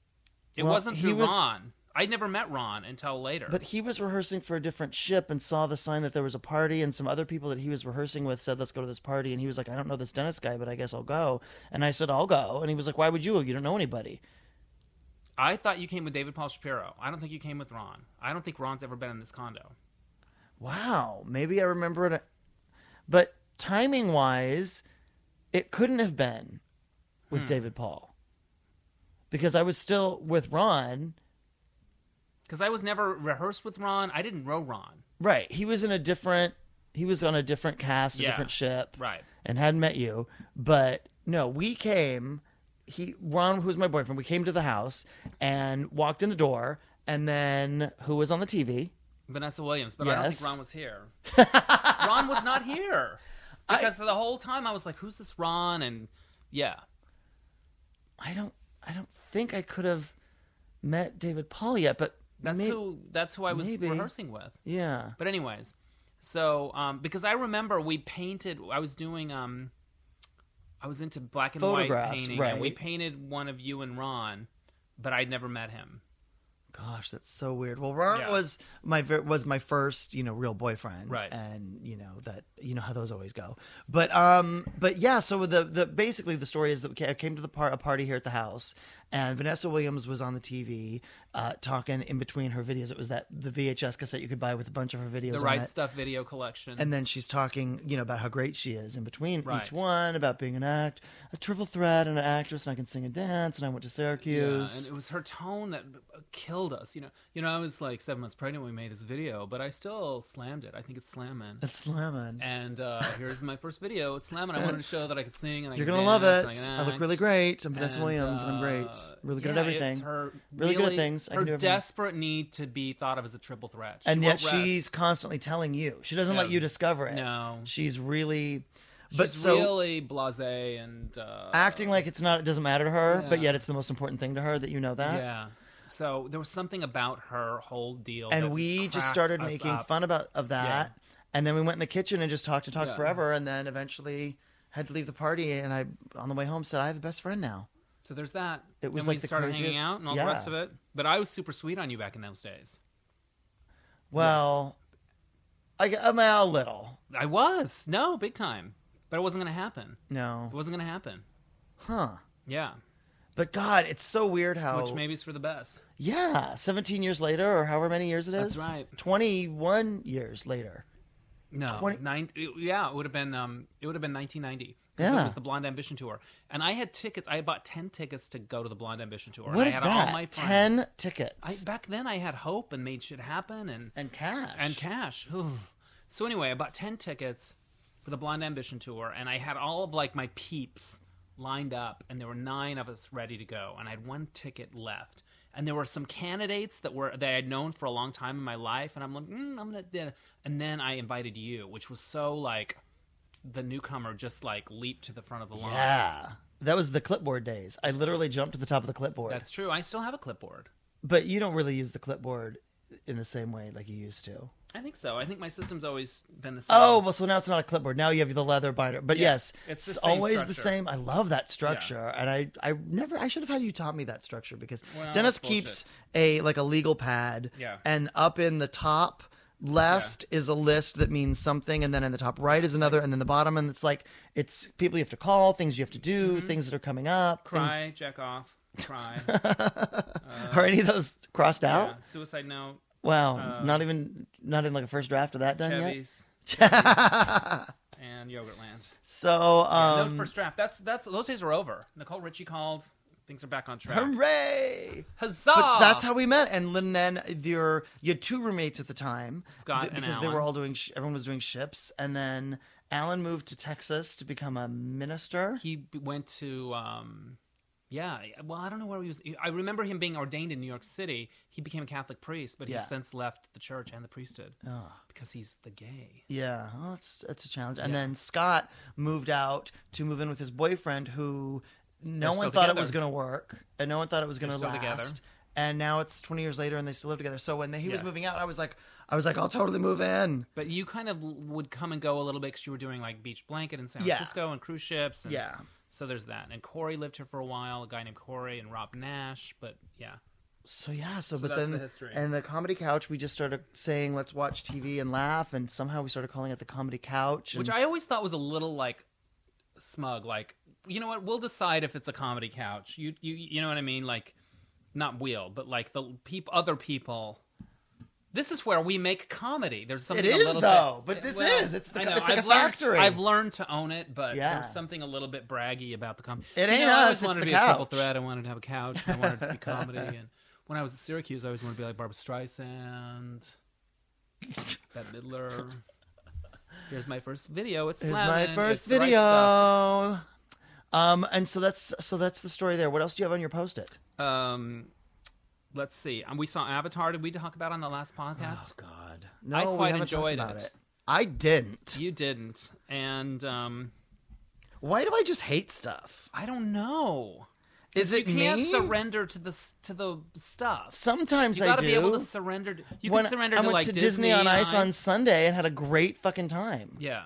[SPEAKER 1] It
[SPEAKER 2] Well,
[SPEAKER 1] wasn't
[SPEAKER 2] he
[SPEAKER 1] through
[SPEAKER 2] was-
[SPEAKER 1] Ron. I never met Ron until later.
[SPEAKER 2] But he was rehearsing for a different ship and saw the sign that there was a party, and some other people that he was rehearsing with said, "Let's go to this party." And he was like, "I don't know this Dennis guy, but I guess I'll go." And I said, "I'll go." And he was like, "Why would you? You don't know anybody."
[SPEAKER 1] I thought you came with David Paul Shapiro. I don't think you came with Ron. I don't think Ron's ever been in this condo.
[SPEAKER 2] Wow, maybe I remember it, but timing wise, it couldn't have been with David Paul because I was still with Ron
[SPEAKER 1] Because I was never rehearsed with Ron. I didn't row Ron.
[SPEAKER 2] Right. He was in a different. He was on a different cast, a
[SPEAKER 1] Yeah.
[SPEAKER 2] different ship,
[SPEAKER 1] Right.
[SPEAKER 2] and hadn't met you. But no, we came. He Ron, who was my boyfriend, we came to the house and walked in the door, and then who was on the TV?
[SPEAKER 1] Vanessa Williams, but I don't
[SPEAKER 2] Yes.
[SPEAKER 1] think Ron was here. Ron was not here. Because the whole time I was like, who's this Ron? And yeah.
[SPEAKER 2] I don't. I don't think I could have met David Paul yet, but
[SPEAKER 1] That's
[SPEAKER 2] may-
[SPEAKER 1] who that's who I was
[SPEAKER 2] maybe.
[SPEAKER 1] rehearsing with.
[SPEAKER 2] Yeah.
[SPEAKER 1] But anyways, so um, because I remember we painted, I was doing, um, I was into black and white
[SPEAKER 2] Photographs,
[SPEAKER 1] painting, and we
[SPEAKER 2] right.
[SPEAKER 1] painted one of you and Ron, but I'd never met him.
[SPEAKER 2] Gosh, that's so weird. Well, Ron
[SPEAKER 1] Yeah.
[SPEAKER 2] was my ver- was my first, you know, real boyfriend,
[SPEAKER 1] Right.
[SPEAKER 2] And you know that you know how those always go. But um, but yeah. So the the basically the story is that we ca- I came to the par- a party here at the house, and Vanessa Williams was on the TV, uh, talking in between her videos. It was that the VHS cassette you could buy with a bunch of her videos.
[SPEAKER 1] The
[SPEAKER 2] on
[SPEAKER 1] Right
[SPEAKER 2] it.
[SPEAKER 1] Stuff video collection.
[SPEAKER 2] And then she's talking, you know, about how great she is in between
[SPEAKER 1] Right.
[SPEAKER 2] each one, about being an act, a triple threat, and an actress, and I can sing and dance, and I went to
[SPEAKER 1] yeah,
[SPEAKER 2] Syracuse.
[SPEAKER 1] and it was her tone that b- b- killed us. You know, you know, I was like seven months pregnant when we made this video, but I still slammed it. I think it's slamming.
[SPEAKER 2] That's slamming.
[SPEAKER 1] And uh, here's my first video. It's slamming. I wanted to show that I could sing and I
[SPEAKER 2] You're
[SPEAKER 1] could
[SPEAKER 2] gonna love
[SPEAKER 1] dance and
[SPEAKER 2] it.
[SPEAKER 1] I can
[SPEAKER 2] I look
[SPEAKER 1] act.
[SPEAKER 2] really great. I'm Vanessa
[SPEAKER 1] And,
[SPEAKER 2] Williams, and I'm great.
[SPEAKER 1] uh,
[SPEAKER 2] Really good
[SPEAKER 1] yeah,
[SPEAKER 2] at
[SPEAKER 1] It's
[SPEAKER 2] everything.
[SPEAKER 1] her
[SPEAKER 2] Really good at things. I can
[SPEAKER 1] her
[SPEAKER 2] do everything.
[SPEAKER 1] desperate need to be thought of as a triple threat, She
[SPEAKER 2] and yet
[SPEAKER 1] won't rest.
[SPEAKER 2] she's constantly telling you. She doesn't let
[SPEAKER 1] Yeah.
[SPEAKER 2] you discover it.
[SPEAKER 1] no,
[SPEAKER 2] She's really, but
[SPEAKER 1] but she's
[SPEAKER 2] so
[SPEAKER 1] really blasé and uh,
[SPEAKER 2] acting like it's not. It doesn't matter to her, but
[SPEAKER 1] Yeah.
[SPEAKER 2] yet it's the most important thing to her that you know that.
[SPEAKER 1] yeah. So there was something about her whole deal, that
[SPEAKER 2] And we just
[SPEAKER 1] cracked
[SPEAKER 2] started
[SPEAKER 1] us
[SPEAKER 2] making
[SPEAKER 1] up.
[SPEAKER 2] fun about of that, and then we went in the kitchen and just talked and talked
[SPEAKER 1] Yeah.
[SPEAKER 2] forever, and then eventually had to leave the party. And I, on the way home, said, "I have a best friend now."
[SPEAKER 1] So there's that.
[SPEAKER 2] It was
[SPEAKER 1] and
[SPEAKER 2] like
[SPEAKER 1] we
[SPEAKER 2] the
[SPEAKER 1] started
[SPEAKER 2] craziest-
[SPEAKER 1] hanging out and all
[SPEAKER 2] yeah.
[SPEAKER 1] the rest of it. But I was super sweet on you back in those days.
[SPEAKER 2] Well, I, I'm a little.
[SPEAKER 1] I was no big time, but it wasn't going to happen.
[SPEAKER 2] No,
[SPEAKER 1] It wasn't going to happen.
[SPEAKER 2] huh?
[SPEAKER 1] Yeah,
[SPEAKER 2] But God, it's so weird how
[SPEAKER 1] which maybe is for the best.
[SPEAKER 2] yeah, seventeen years later, or however many years it is,
[SPEAKER 1] That's right.
[SPEAKER 2] Twenty-one years later.
[SPEAKER 1] No,
[SPEAKER 2] 20
[SPEAKER 1] nine, it- yeah, it would have been um, it would have been 1990. 'cause
[SPEAKER 2] Yeah.
[SPEAKER 1] it was the Blonde Ambition tour, and I had tickets. I bought ten tickets to go to the Blonde Ambition tour.
[SPEAKER 2] What
[SPEAKER 1] and
[SPEAKER 2] is
[SPEAKER 1] I had
[SPEAKER 2] that?
[SPEAKER 1] All my friends.
[SPEAKER 2] Ten tickets
[SPEAKER 1] I, back then, I had hope and made shit happen, and
[SPEAKER 2] and cash
[SPEAKER 1] and cash. Whew. So anyway, I bought ten tickets for the Blonde Ambition tour, and I had all of like my peeps lined up, and there were nine of us ready to go, and I had one ticket left. And there were some candidates that were that I had known for a long time in my life, and I'm like, mm, I'm gonna. yeah." And then I invited you, which was so like the newcomer just like leaped to the front of the line.
[SPEAKER 2] Yeah, that was the clipboard days. I literally jumped to the top of the clipboard.
[SPEAKER 1] That's true. I still have a clipboard.
[SPEAKER 2] But you don't really use the clipboard in the same way like you used to.
[SPEAKER 1] I think so. I think my system's always been the same.
[SPEAKER 2] Oh, well, so now it's not a clipboard. Now you have the leather binder. But
[SPEAKER 1] Um, Yeah,
[SPEAKER 2] yes,
[SPEAKER 1] it's the same
[SPEAKER 2] always the
[SPEAKER 1] structure.
[SPEAKER 2] same. I love that structure, and I, I never, I should have had you taught me that structure because
[SPEAKER 1] Well,
[SPEAKER 2] Dennis
[SPEAKER 1] it's bullshit.
[SPEAKER 2] keeps a like a legal pad,
[SPEAKER 1] Yeah.
[SPEAKER 2] and up in the top left is a list that means something, and then in the top right is another, and then the bottom, and it's like it's people you have to call, things you have to do,
[SPEAKER 1] Mm-hmm.
[SPEAKER 2] things that are coming up,
[SPEAKER 1] cry, check off, cry.
[SPEAKER 2] things, are any of those crossed
[SPEAKER 1] yeah, Uh,
[SPEAKER 2] out?
[SPEAKER 1] suicide note.
[SPEAKER 2] Wow, not even, not even like a first draft of that done yet.
[SPEAKER 1] Chevy's, Chevy's, and Yogurtland.
[SPEAKER 2] So,
[SPEAKER 1] Um,
[SPEAKER 2] um,
[SPEAKER 1] no first draft. That's that's those days are over. Nicole Richie called. Things are back on track.
[SPEAKER 2] hooray!
[SPEAKER 1] Huzzah!
[SPEAKER 2] But that's how we met. And then, then your you had two roommates at the time,
[SPEAKER 1] Scott and
[SPEAKER 2] because they were
[SPEAKER 1] Alan.
[SPEAKER 2] all doing sh- everyone was doing ships. And then Alan moved to Texas to become a minister.
[SPEAKER 1] he b- went to. Um, yeah, well, I don't know where he was. I remember him being ordained in New York City. He became a Catholic priest, but
[SPEAKER 2] Yeah. Oh.
[SPEAKER 1] he's since left the church and the priesthood
[SPEAKER 2] Ugh.
[SPEAKER 1] because he's the gay.
[SPEAKER 2] Yeah, well, that's that's a challenge. And
[SPEAKER 1] Yeah.
[SPEAKER 2] then Scott moved out to move in with his boyfriend, who no
[SPEAKER 1] They're
[SPEAKER 2] one
[SPEAKER 1] still
[SPEAKER 2] thought it
[SPEAKER 1] together.
[SPEAKER 2] was going to work, and no one thought it was going to
[SPEAKER 1] still
[SPEAKER 2] last.
[SPEAKER 1] together.
[SPEAKER 2] And now it's twenty years later, and they still live together. So when he was
[SPEAKER 1] Yeah.
[SPEAKER 2] moving out, I was like, I was like, I'll totally move in.
[SPEAKER 1] But you kind of l- would come and go a little bit because you were doing like Beach Blanket in San
[SPEAKER 2] Yeah.
[SPEAKER 1] Francisco and cruise ships. And
[SPEAKER 2] Yeah.
[SPEAKER 1] So there's that. And Corey lived here for a while, a guy named Corey and Rob Nash. But yeah.
[SPEAKER 2] So yeah, so, but
[SPEAKER 1] that's
[SPEAKER 2] then
[SPEAKER 1] the history.
[SPEAKER 2] and the comedy couch, we just started saying let's watch TV and laugh, and somehow we started calling it the comedy couch.
[SPEAKER 1] Which I always thought was a little like smug, like, you know what, we'll decide if it's a comedy couch. You you you know what I mean? Like not we'll, but like the peop other people this is where we make comedy. There's something
[SPEAKER 2] It
[SPEAKER 1] a
[SPEAKER 2] is,
[SPEAKER 1] little
[SPEAKER 2] though,
[SPEAKER 1] bit,
[SPEAKER 2] but this
[SPEAKER 1] Eh, Well,
[SPEAKER 2] is. It's the-
[SPEAKER 1] I know.
[SPEAKER 2] it's like a
[SPEAKER 1] I've learned-
[SPEAKER 2] factory.
[SPEAKER 1] I've learned to own it, but
[SPEAKER 2] Yeah.
[SPEAKER 1] there's something a little bit braggy about the comedy.
[SPEAKER 2] It
[SPEAKER 1] You
[SPEAKER 2] ain't
[SPEAKER 1] know, I always
[SPEAKER 2] us, it's
[SPEAKER 1] wanted
[SPEAKER 2] the
[SPEAKER 1] to be a triple
[SPEAKER 2] couch.
[SPEAKER 1] threat. I wanted to have a couch. and I wanted it to be comedy, and when I was at Syracuse, I always wanted to be like Barbara Streisand, Bette Midler. Here's my first video. It's
[SPEAKER 2] Here's my
[SPEAKER 1] slamming. It's
[SPEAKER 2] first
[SPEAKER 1] the right
[SPEAKER 2] video.
[SPEAKER 1] stuff.
[SPEAKER 2] um, and so that's so that's the story there. What else do you have on your post-it?
[SPEAKER 1] um, let's see. Um, we saw Avatar. Did we talk about it on the last podcast?
[SPEAKER 2] Oh, God, no,
[SPEAKER 1] I
[SPEAKER 2] we
[SPEAKER 1] quite
[SPEAKER 2] haven't
[SPEAKER 1] enjoyed
[SPEAKER 2] talked about
[SPEAKER 1] it.
[SPEAKER 2] it. I didn't.
[SPEAKER 1] You didn't. And um,
[SPEAKER 2] Why do I just hate stuff?
[SPEAKER 1] I don't know.
[SPEAKER 2] Is it
[SPEAKER 1] You can't
[SPEAKER 2] me?
[SPEAKER 1] surrender to the s- to the stuff.
[SPEAKER 2] Sometimes
[SPEAKER 1] You
[SPEAKER 2] I
[SPEAKER 1] gotta
[SPEAKER 2] do.
[SPEAKER 1] be able to surrender. To, you
[SPEAKER 2] when
[SPEAKER 1] can surrender
[SPEAKER 2] I
[SPEAKER 1] to
[SPEAKER 2] went
[SPEAKER 1] like
[SPEAKER 2] to Disney, on Ice on Sunday and had a great fucking time.
[SPEAKER 1] Yeah.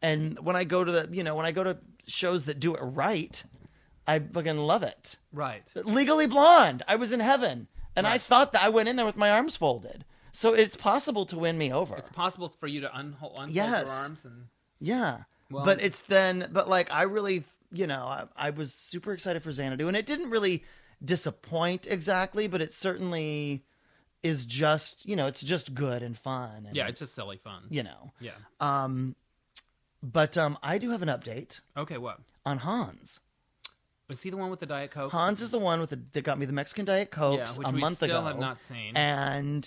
[SPEAKER 2] And when I go to the, you know, when I go to shows that do it right, I fucking love it.
[SPEAKER 1] Right.
[SPEAKER 2] Legally Blonde, I was in heaven, and I
[SPEAKER 1] Right.
[SPEAKER 2] thought that I went in there with my arms folded. So it's possible to win me over.
[SPEAKER 1] It's possible for you to unhold, unfold
[SPEAKER 2] Yes.
[SPEAKER 1] your arms and
[SPEAKER 2] Yeah.
[SPEAKER 1] Well-
[SPEAKER 2] but it's then, but like, I really, you know, I, I was super excited for Xanadu, and it didn't really disappoint exactly, but it certainly is just, you know, it's just good and fun. And,
[SPEAKER 1] yeah, it's just silly fun.
[SPEAKER 2] you know.
[SPEAKER 1] Yeah.
[SPEAKER 2] Um, but um, I do have an update
[SPEAKER 1] Okay. What
[SPEAKER 2] on Hans.
[SPEAKER 1] is he the one with the diet coke?
[SPEAKER 2] Hans is the one with the, that got me the Mexican Diet Coke
[SPEAKER 1] yeah, which
[SPEAKER 2] a
[SPEAKER 1] we
[SPEAKER 2] month
[SPEAKER 1] still
[SPEAKER 2] ago,
[SPEAKER 1] have not seen.
[SPEAKER 2] and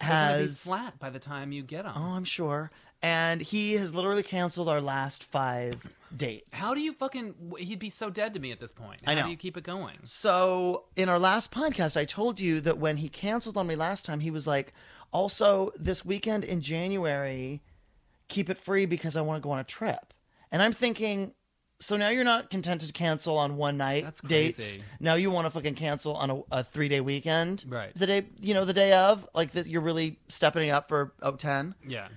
[SPEAKER 1] They're gonna be
[SPEAKER 2] has
[SPEAKER 1] flat by the time you get them.
[SPEAKER 2] oh, I'm sure, and he has literally canceled our last five dates.
[SPEAKER 1] How do you fucking? He'd be so dead to me at this point. How
[SPEAKER 2] I
[SPEAKER 1] do
[SPEAKER 2] know.
[SPEAKER 1] you keep it going?
[SPEAKER 2] So in our last podcast, I told you that when he canceled on me last time, he was like, "Also, this weekend in January, keep it free because I want to go on a trip." And I'm thinking, so now you're not content to cancel on one night
[SPEAKER 1] That's
[SPEAKER 2] dates.
[SPEAKER 1] crazy.
[SPEAKER 2] Now you want to fucking cancel on a, a three day weekend,
[SPEAKER 1] Right.
[SPEAKER 2] The day, you know, the day of, like that. You're really stepping it up for 010.
[SPEAKER 1] Yeah.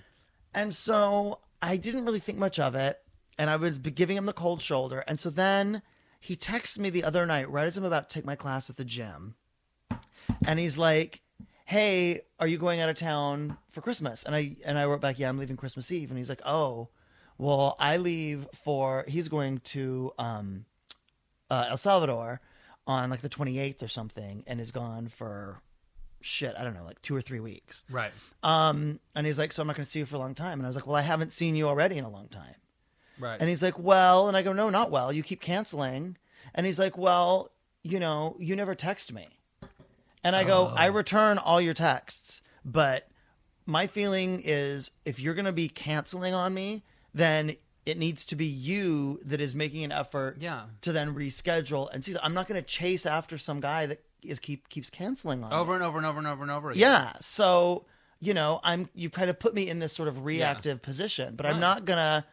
[SPEAKER 2] And so I didn't really think much of it. And I was be- giving him the cold shoulder. And so then he texts me the other night, right as I'm about to take my class at the gym. And he's like, Hey, are you going out of town for Christmas? And I and I wrote back, Yeah, I'm leaving Christmas Eve. And he's like, Oh, well, I leave for he's going to um uh, El Salvador on like the 28th or something and is gone for shit, I don't know, like two or three weeks.
[SPEAKER 1] Right.
[SPEAKER 2] Um, and he's like, so I'm not going to see you for a long time. And I was like, well, I haven't seen you already in a long time.
[SPEAKER 1] Right.
[SPEAKER 2] And he's like, well, and I go, no, not well. You keep canceling. And he's like, well, you know, you never text me. And I go, I return all your texts, but my feeling is if you're going to be canceling on me, then it needs to be you that is making an effort
[SPEAKER 1] Yeah.
[SPEAKER 2] to then reschedule and see. I'm not going to chase after some guy that is keep keeps canceling on me.
[SPEAKER 1] over and over and over and over and over again.
[SPEAKER 2] Yeah. So, you know, I'm you've kind of put me in this sort of reactive position, but I'm
[SPEAKER 1] Right.
[SPEAKER 2] not gonna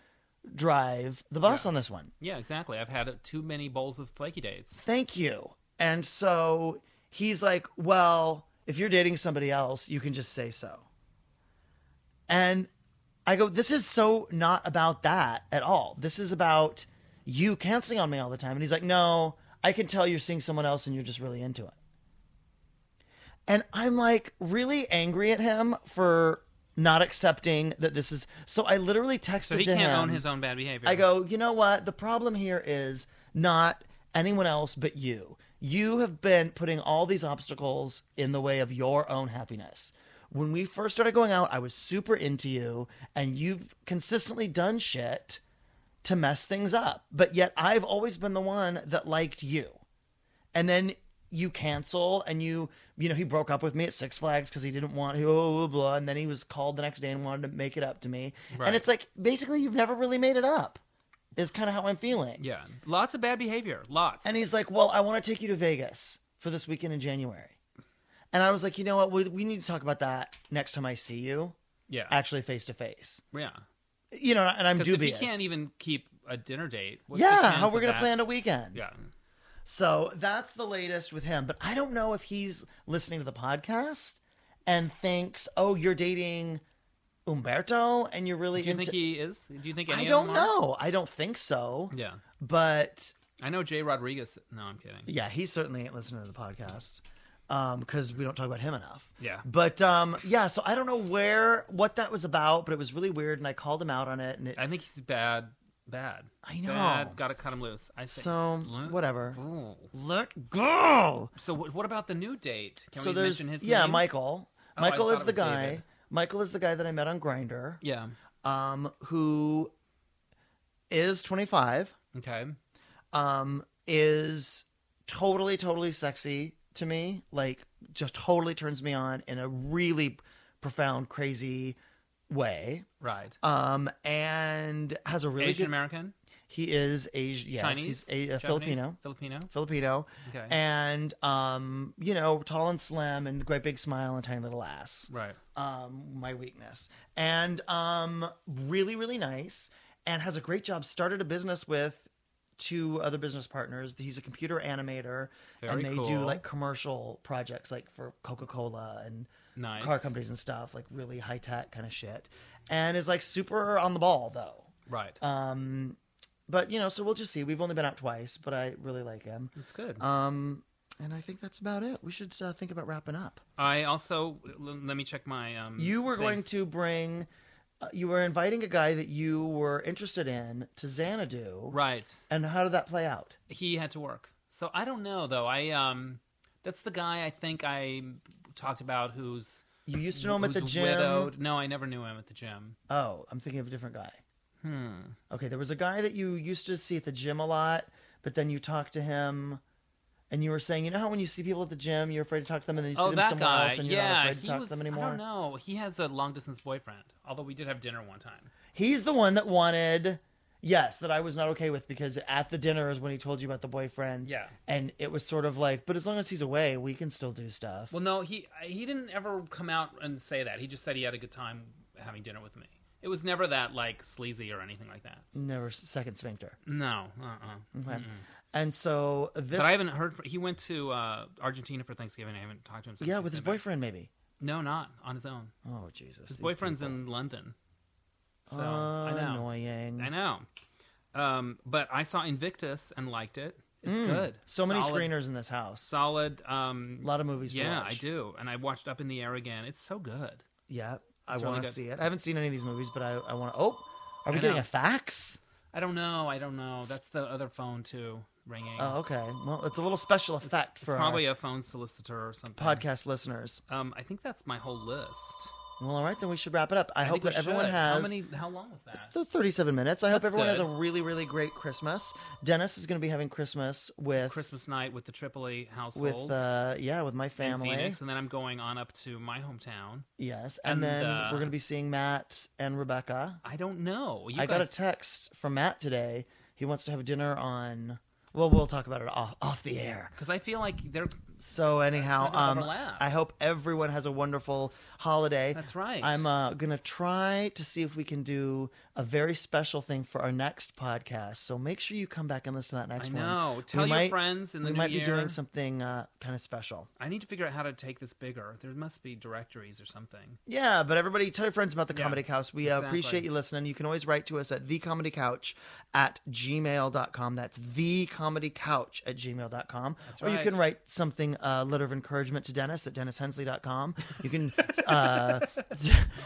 [SPEAKER 2] drive the bus on this one.
[SPEAKER 1] Yeah, exactly. I've had uh, too many bowls of flaky dates.
[SPEAKER 2] Thank you. And so he's like, Well, if you're dating somebody else, you can just say so. And I go, This is so not about that at all. This is about you canceling on me all the time. And he's like, No, I can tell you're seeing someone else and you're just really into it. And I'm like really angry at him for not accepting that this is so I literally texted
[SPEAKER 1] So he
[SPEAKER 2] to
[SPEAKER 1] can't
[SPEAKER 2] him.
[SPEAKER 1] own his own bad behavior.
[SPEAKER 2] I go, you know what? The problem here is not anyone else but you. You have been putting all these obstacles in the way of your own happiness. When we first started going out, I was super into you, and you've consistently done shit to mess things up. But yet, I've always been the one that liked you. And then you cancel, and you, you know, he broke up with me at Six Flags because he didn't want, blah, blah, blah, blah. And then he was called the next day and wanted to make it up to me.
[SPEAKER 1] Right.
[SPEAKER 2] And it's like, basically, you've never really made it up, is kind of how I'm feeling.
[SPEAKER 1] Yeah, lots of bad behavior. Lots.
[SPEAKER 2] And he's like, well, I want to take you to Vegas for this weekend in January. And I was like, you know what? We, we need to talk about that next time I see you,
[SPEAKER 1] yeah,
[SPEAKER 2] actually face to face.
[SPEAKER 1] yeah.
[SPEAKER 2] You know, and I'm
[SPEAKER 1] Because if he
[SPEAKER 2] dubious.
[SPEAKER 1] can't even keep a dinner date, what's the
[SPEAKER 2] yeah,
[SPEAKER 1] chance
[SPEAKER 2] how we're
[SPEAKER 1] of
[SPEAKER 2] gonna
[SPEAKER 1] that?
[SPEAKER 2] plan a weekend?
[SPEAKER 1] Yeah,
[SPEAKER 2] So that's the latest with him. But I don't know if he's listening to the podcast and thinks, "Oh, you're dating Umberto, and you're really
[SPEAKER 1] do you
[SPEAKER 2] into."
[SPEAKER 1] think he is? Do you think any
[SPEAKER 2] I
[SPEAKER 1] of
[SPEAKER 2] don't
[SPEAKER 1] them are?
[SPEAKER 2] know. I don't think so.
[SPEAKER 1] Yeah,
[SPEAKER 2] But
[SPEAKER 1] I know Jay Rodriguez. No, I'm kidding.
[SPEAKER 2] yeah, he certainly ain't listening to the podcast because we don't talk about him enough.
[SPEAKER 1] Yeah.
[SPEAKER 2] But um, yeah, so I don't know where what that was about, but it was really weird, and I called him out on it, and it,
[SPEAKER 1] I think he's bad. Bad.
[SPEAKER 2] I know.
[SPEAKER 1] Bad. Got to cut him loose. I say.
[SPEAKER 2] so
[SPEAKER 1] Look-
[SPEAKER 2] whatever.
[SPEAKER 1] Ooh.
[SPEAKER 2] Let go.
[SPEAKER 1] So what, what about the new date? Can
[SPEAKER 2] so
[SPEAKER 1] we
[SPEAKER 2] there's
[SPEAKER 1] mention his
[SPEAKER 2] yeah,
[SPEAKER 1] name?
[SPEAKER 2] Michael.
[SPEAKER 1] Oh, I
[SPEAKER 2] Michael
[SPEAKER 1] thought
[SPEAKER 2] is
[SPEAKER 1] it
[SPEAKER 2] the
[SPEAKER 1] was
[SPEAKER 2] guy.
[SPEAKER 1] David.
[SPEAKER 2] Michael is the guy that I met on Grinder.
[SPEAKER 1] Yeah.
[SPEAKER 2] Um, who is 25.
[SPEAKER 1] Okay.
[SPEAKER 2] Um, is totally totally sexy to me. Like just totally turns me on in a really profound, crazy way.
[SPEAKER 1] Right.
[SPEAKER 2] Um, and has a really
[SPEAKER 1] Asian
[SPEAKER 2] good.
[SPEAKER 1] American,
[SPEAKER 2] He is Asian. Yes,
[SPEAKER 1] Chinese,
[SPEAKER 2] he's a, a
[SPEAKER 1] Japanese,
[SPEAKER 2] Filipino.
[SPEAKER 1] Filipino.
[SPEAKER 2] Filipino,
[SPEAKER 1] Okay.
[SPEAKER 2] and um, you know, tall and slim, and great big smile and tiny little ass.
[SPEAKER 1] Right.
[SPEAKER 2] Um, my weakness, and um, really, really nice, and has a great job. Started a business with two other business partners. He's a computer animator,
[SPEAKER 1] Very
[SPEAKER 2] and they do
[SPEAKER 1] cool.
[SPEAKER 2] like commercial projects, like for Coca Cola and
[SPEAKER 1] Nice.
[SPEAKER 2] car companies and stuff, like really high tech kind of shit. And is like super on the ball though.
[SPEAKER 1] Right.
[SPEAKER 2] Um, but you know, so we'll just see. We've only been out twice, but I really like him.
[SPEAKER 1] That's good.
[SPEAKER 2] Um, and I think that's about it. We should uh, think about wrapping up.
[SPEAKER 1] I also l- let me check my. Um,
[SPEAKER 2] You were going
[SPEAKER 1] things.
[SPEAKER 2] to bring, uh, you were inviting a guy that you were interested in to Xanadu,
[SPEAKER 1] Right.
[SPEAKER 2] and how did that play out?
[SPEAKER 1] He had to work, so I don't know though. I um, that's the guy I think I talked about who's
[SPEAKER 2] You used to know him at the
[SPEAKER 1] who's
[SPEAKER 2] gym.
[SPEAKER 1] Widowed. No, I never knew him at the gym.
[SPEAKER 2] Oh, I'm thinking of a different guy.
[SPEAKER 1] Hmm.
[SPEAKER 2] Okay, there was a guy that you used to see at the gym a lot, but then you talked to him, and you were saying, you know how when you see people at the gym, you're afraid to talk to them, and then you see
[SPEAKER 1] Oh,
[SPEAKER 2] them
[SPEAKER 1] that
[SPEAKER 2] somewhere
[SPEAKER 1] guy.
[SPEAKER 2] else, and you're
[SPEAKER 1] yeah,
[SPEAKER 2] not afraid to
[SPEAKER 1] he
[SPEAKER 2] talk
[SPEAKER 1] was.
[SPEAKER 2] to them
[SPEAKER 1] I
[SPEAKER 2] anymore.
[SPEAKER 1] don't know. He has a long distance boyfriend. Although we did have dinner one time.
[SPEAKER 2] He's the one that wanted, yes, that I was not okay with because at the dinner is when he told you about the boyfriend.
[SPEAKER 1] Yeah.
[SPEAKER 2] And it was sort of like, but as long as he's away, we can still do stuff.
[SPEAKER 1] Well, no, he he didn't ever come out and say that. He just said he had a good time having dinner with me. It was never that like sleazy or anything like that.
[SPEAKER 2] Never second sphincter.
[SPEAKER 1] No, uh-uh.
[SPEAKER 2] Okay. And so this,
[SPEAKER 1] But I haven't heard. fr he went to uh, Argentina for Thanksgiving. I haven't talked to him. Since
[SPEAKER 2] yeah,
[SPEAKER 1] he's
[SPEAKER 2] with his
[SPEAKER 1] been back.
[SPEAKER 2] boyfriend maybe.
[SPEAKER 1] No, not on his own.
[SPEAKER 2] Oh Jesus,
[SPEAKER 1] His boyfriend's in London. So
[SPEAKER 2] Uh,
[SPEAKER 1] I know.
[SPEAKER 2] annoying.
[SPEAKER 1] I know. Um, but I saw Invictus and liked it. It's good.
[SPEAKER 2] Hmm. So many
[SPEAKER 1] Solid-
[SPEAKER 2] screeners in this house.
[SPEAKER 1] Solid. Um,
[SPEAKER 2] A lot of movies. to
[SPEAKER 1] yeah, I
[SPEAKER 2] watch.
[SPEAKER 1] do. And I watched Up in the Air again. It's so good.
[SPEAKER 2] Yeah, I
[SPEAKER 1] It's really
[SPEAKER 2] want to
[SPEAKER 1] good.
[SPEAKER 2] see it. I haven't seen any of these movies, but I, I want to. Oh, are we
[SPEAKER 1] I
[SPEAKER 2] getting
[SPEAKER 1] know.
[SPEAKER 2] a fax?
[SPEAKER 1] I don't know. I don't know. That's the other phone too ringing.
[SPEAKER 2] Oh, okay. Well, it's a little special effect
[SPEAKER 1] it's
[SPEAKER 2] for
[SPEAKER 1] probably
[SPEAKER 2] our
[SPEAKER 1] a phone solicitor or something.
[SPEAKER 2] podcast listeners.
[SPEAKER 1] Um, I think that's my whole list.
[SPEAKER 2] Well, all right, then we should wrap it up. I,
[SPEAKER 1] I
[SPEAKER 2] hope
[SPEAKER 1] think we
[SPEAKER 2] that everyone
[SPEAKER 1] should.
[SPEAKER 2] has
[SPEAKER 1] How many? How long was that?
[SPEAKER 2] the 37 minutes. I hope
[SPEAKER 1] That's
[SPEAKER 2] everyone has a
[SPEAKER 1] good.
[SPEAKER 2] really, really great Christmas. Dennis is going to be having Christmas with
[SPEAKER 1] Christmas night with the Tripoli household
[SPEAKER 2] with uh, yeah with my
[SPEAKER 1] in
[SPEAKER 2] family.
[SPEAKER 1] Phoenix, and then I'm going on up to my hometown.
[SPEAKER 2] Yes, and,
[SPEAKER 1] and,
[SPEAKER 2] then
[SPEAKER 1] uh,
[SPEAKER 2] we're going to be seeing Matt and Rebecca.
[SPEAKER 1] I don't know. You
[SPEAKER 2] I got a
[SPEAKER 1] guys-
[SPEAKER 2] text from Matt today. He wants to have dinner on. Well, we'll talk about it off, off the air.
[SPEAKER 1] because I feel like they're
[SPEAKER 2] So anyhow,
[SPEAKER 1] That's not
[SPEAKER 2] um,
[SPEAKER 1] gonna overlap.
[SPEAKER 2] I hope everyone has a wonderful holiday.
[SPEAKER 1] That's right.
[SPEAKER 2] I'm uh, gonna try to see if we can do a very special thing for our next podcast. So make sure you come back and listen to that
[SPEAKER 1] I
[SPEAKER 2] next one.
[SPEAKER 1] know. Tell
[SPEAKER 2] we
[SPEAKER 1] your
[SPEAKER 2] might-
[SPEAKER 1] friends in the
[SPEAKER 2] we
[SPEAKER 1] new
[SPEAKER 2] might
[SPEAKER 1] year.
[SPEAKER 2] be doing something uh, kind of special.
[SPEAKER 1] I need to figure out how to take this bigger. There must be directories or something.
[SPEAKER 2] Yeah, but everybody, tell your friends about the
[SPEAKER 1] Yeah,
[SPEAKER 2] Comedy Couch. We uh,
[SPEAKER 1] exactly.
[SPEAKER 2] appreciate you listening. You can always write to us at thecomedycouch at gmail.com. That's thecomedycouch at gmail.com.
[SPEAKER 1] That's
[SPEAKER 2] Or you
[SPEAKER 1] right.
[SPEAKER 2] can write something, uh, a letter of encouragement to Dennis at dennishensley.com. You can. Uh,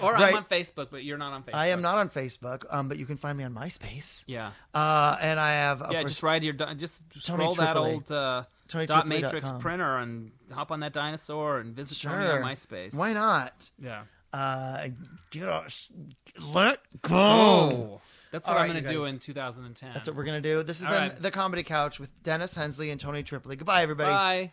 [SPEAKER 1] Or
[SPEAKER 2] Right.
[SPEAKER 1] I'm on Facebook, but you're not on Facebook.
[SPEAKER 2] I am not on Facebook, um, but you can find me on MySpace.
[SPEAKER 1] Yeah.
[SPEAKER 2] Uh, and I have. a
[SPEAKER 1] yeah,
[SPEAKER 2] pers-
[SPEAKER 1] just ride your di- just scroll that
[SPEAKER 2] Tripoli.
[SPEAKER 1] old uh,
[SPEAKER 2] Tony
[SPEAKER 1] dot
[SPEAKER 2] Tripoli dot
[SPEAKER 1] matrix
[SPEAKER 2] com.
[SPEAKER 1] printer and hop on that dinosaur and visit Tony on MySpace.
[SPEAKER 2] Why not?
[SPEAKER 1] Yeah.
[SPEAKER 2] Uh, get us, let go.
[SPEAKER 1] Oh. that's what
[SPEAKER 2] Oh. All
[SPEAKER 1] I'm
[SPEAKER 2] right,
[SPEAKER 1] going to
[SPEAKER 2] you
[SPEAKER 1] do
[SPEAKER 2] guys.
[SPEAKER 1] in 2010.
[SPEAKER 2] That's what we're gonna do. This has
[SPEAKER 1] All
[SPEAKER 2] been
[SPEAKER 1] right.
[SPEAKER 2] the Comedy Couch with Dennis Hensley and Tony Tripoli. Goodbye, everybody.
[SPEAKER 1] Bye.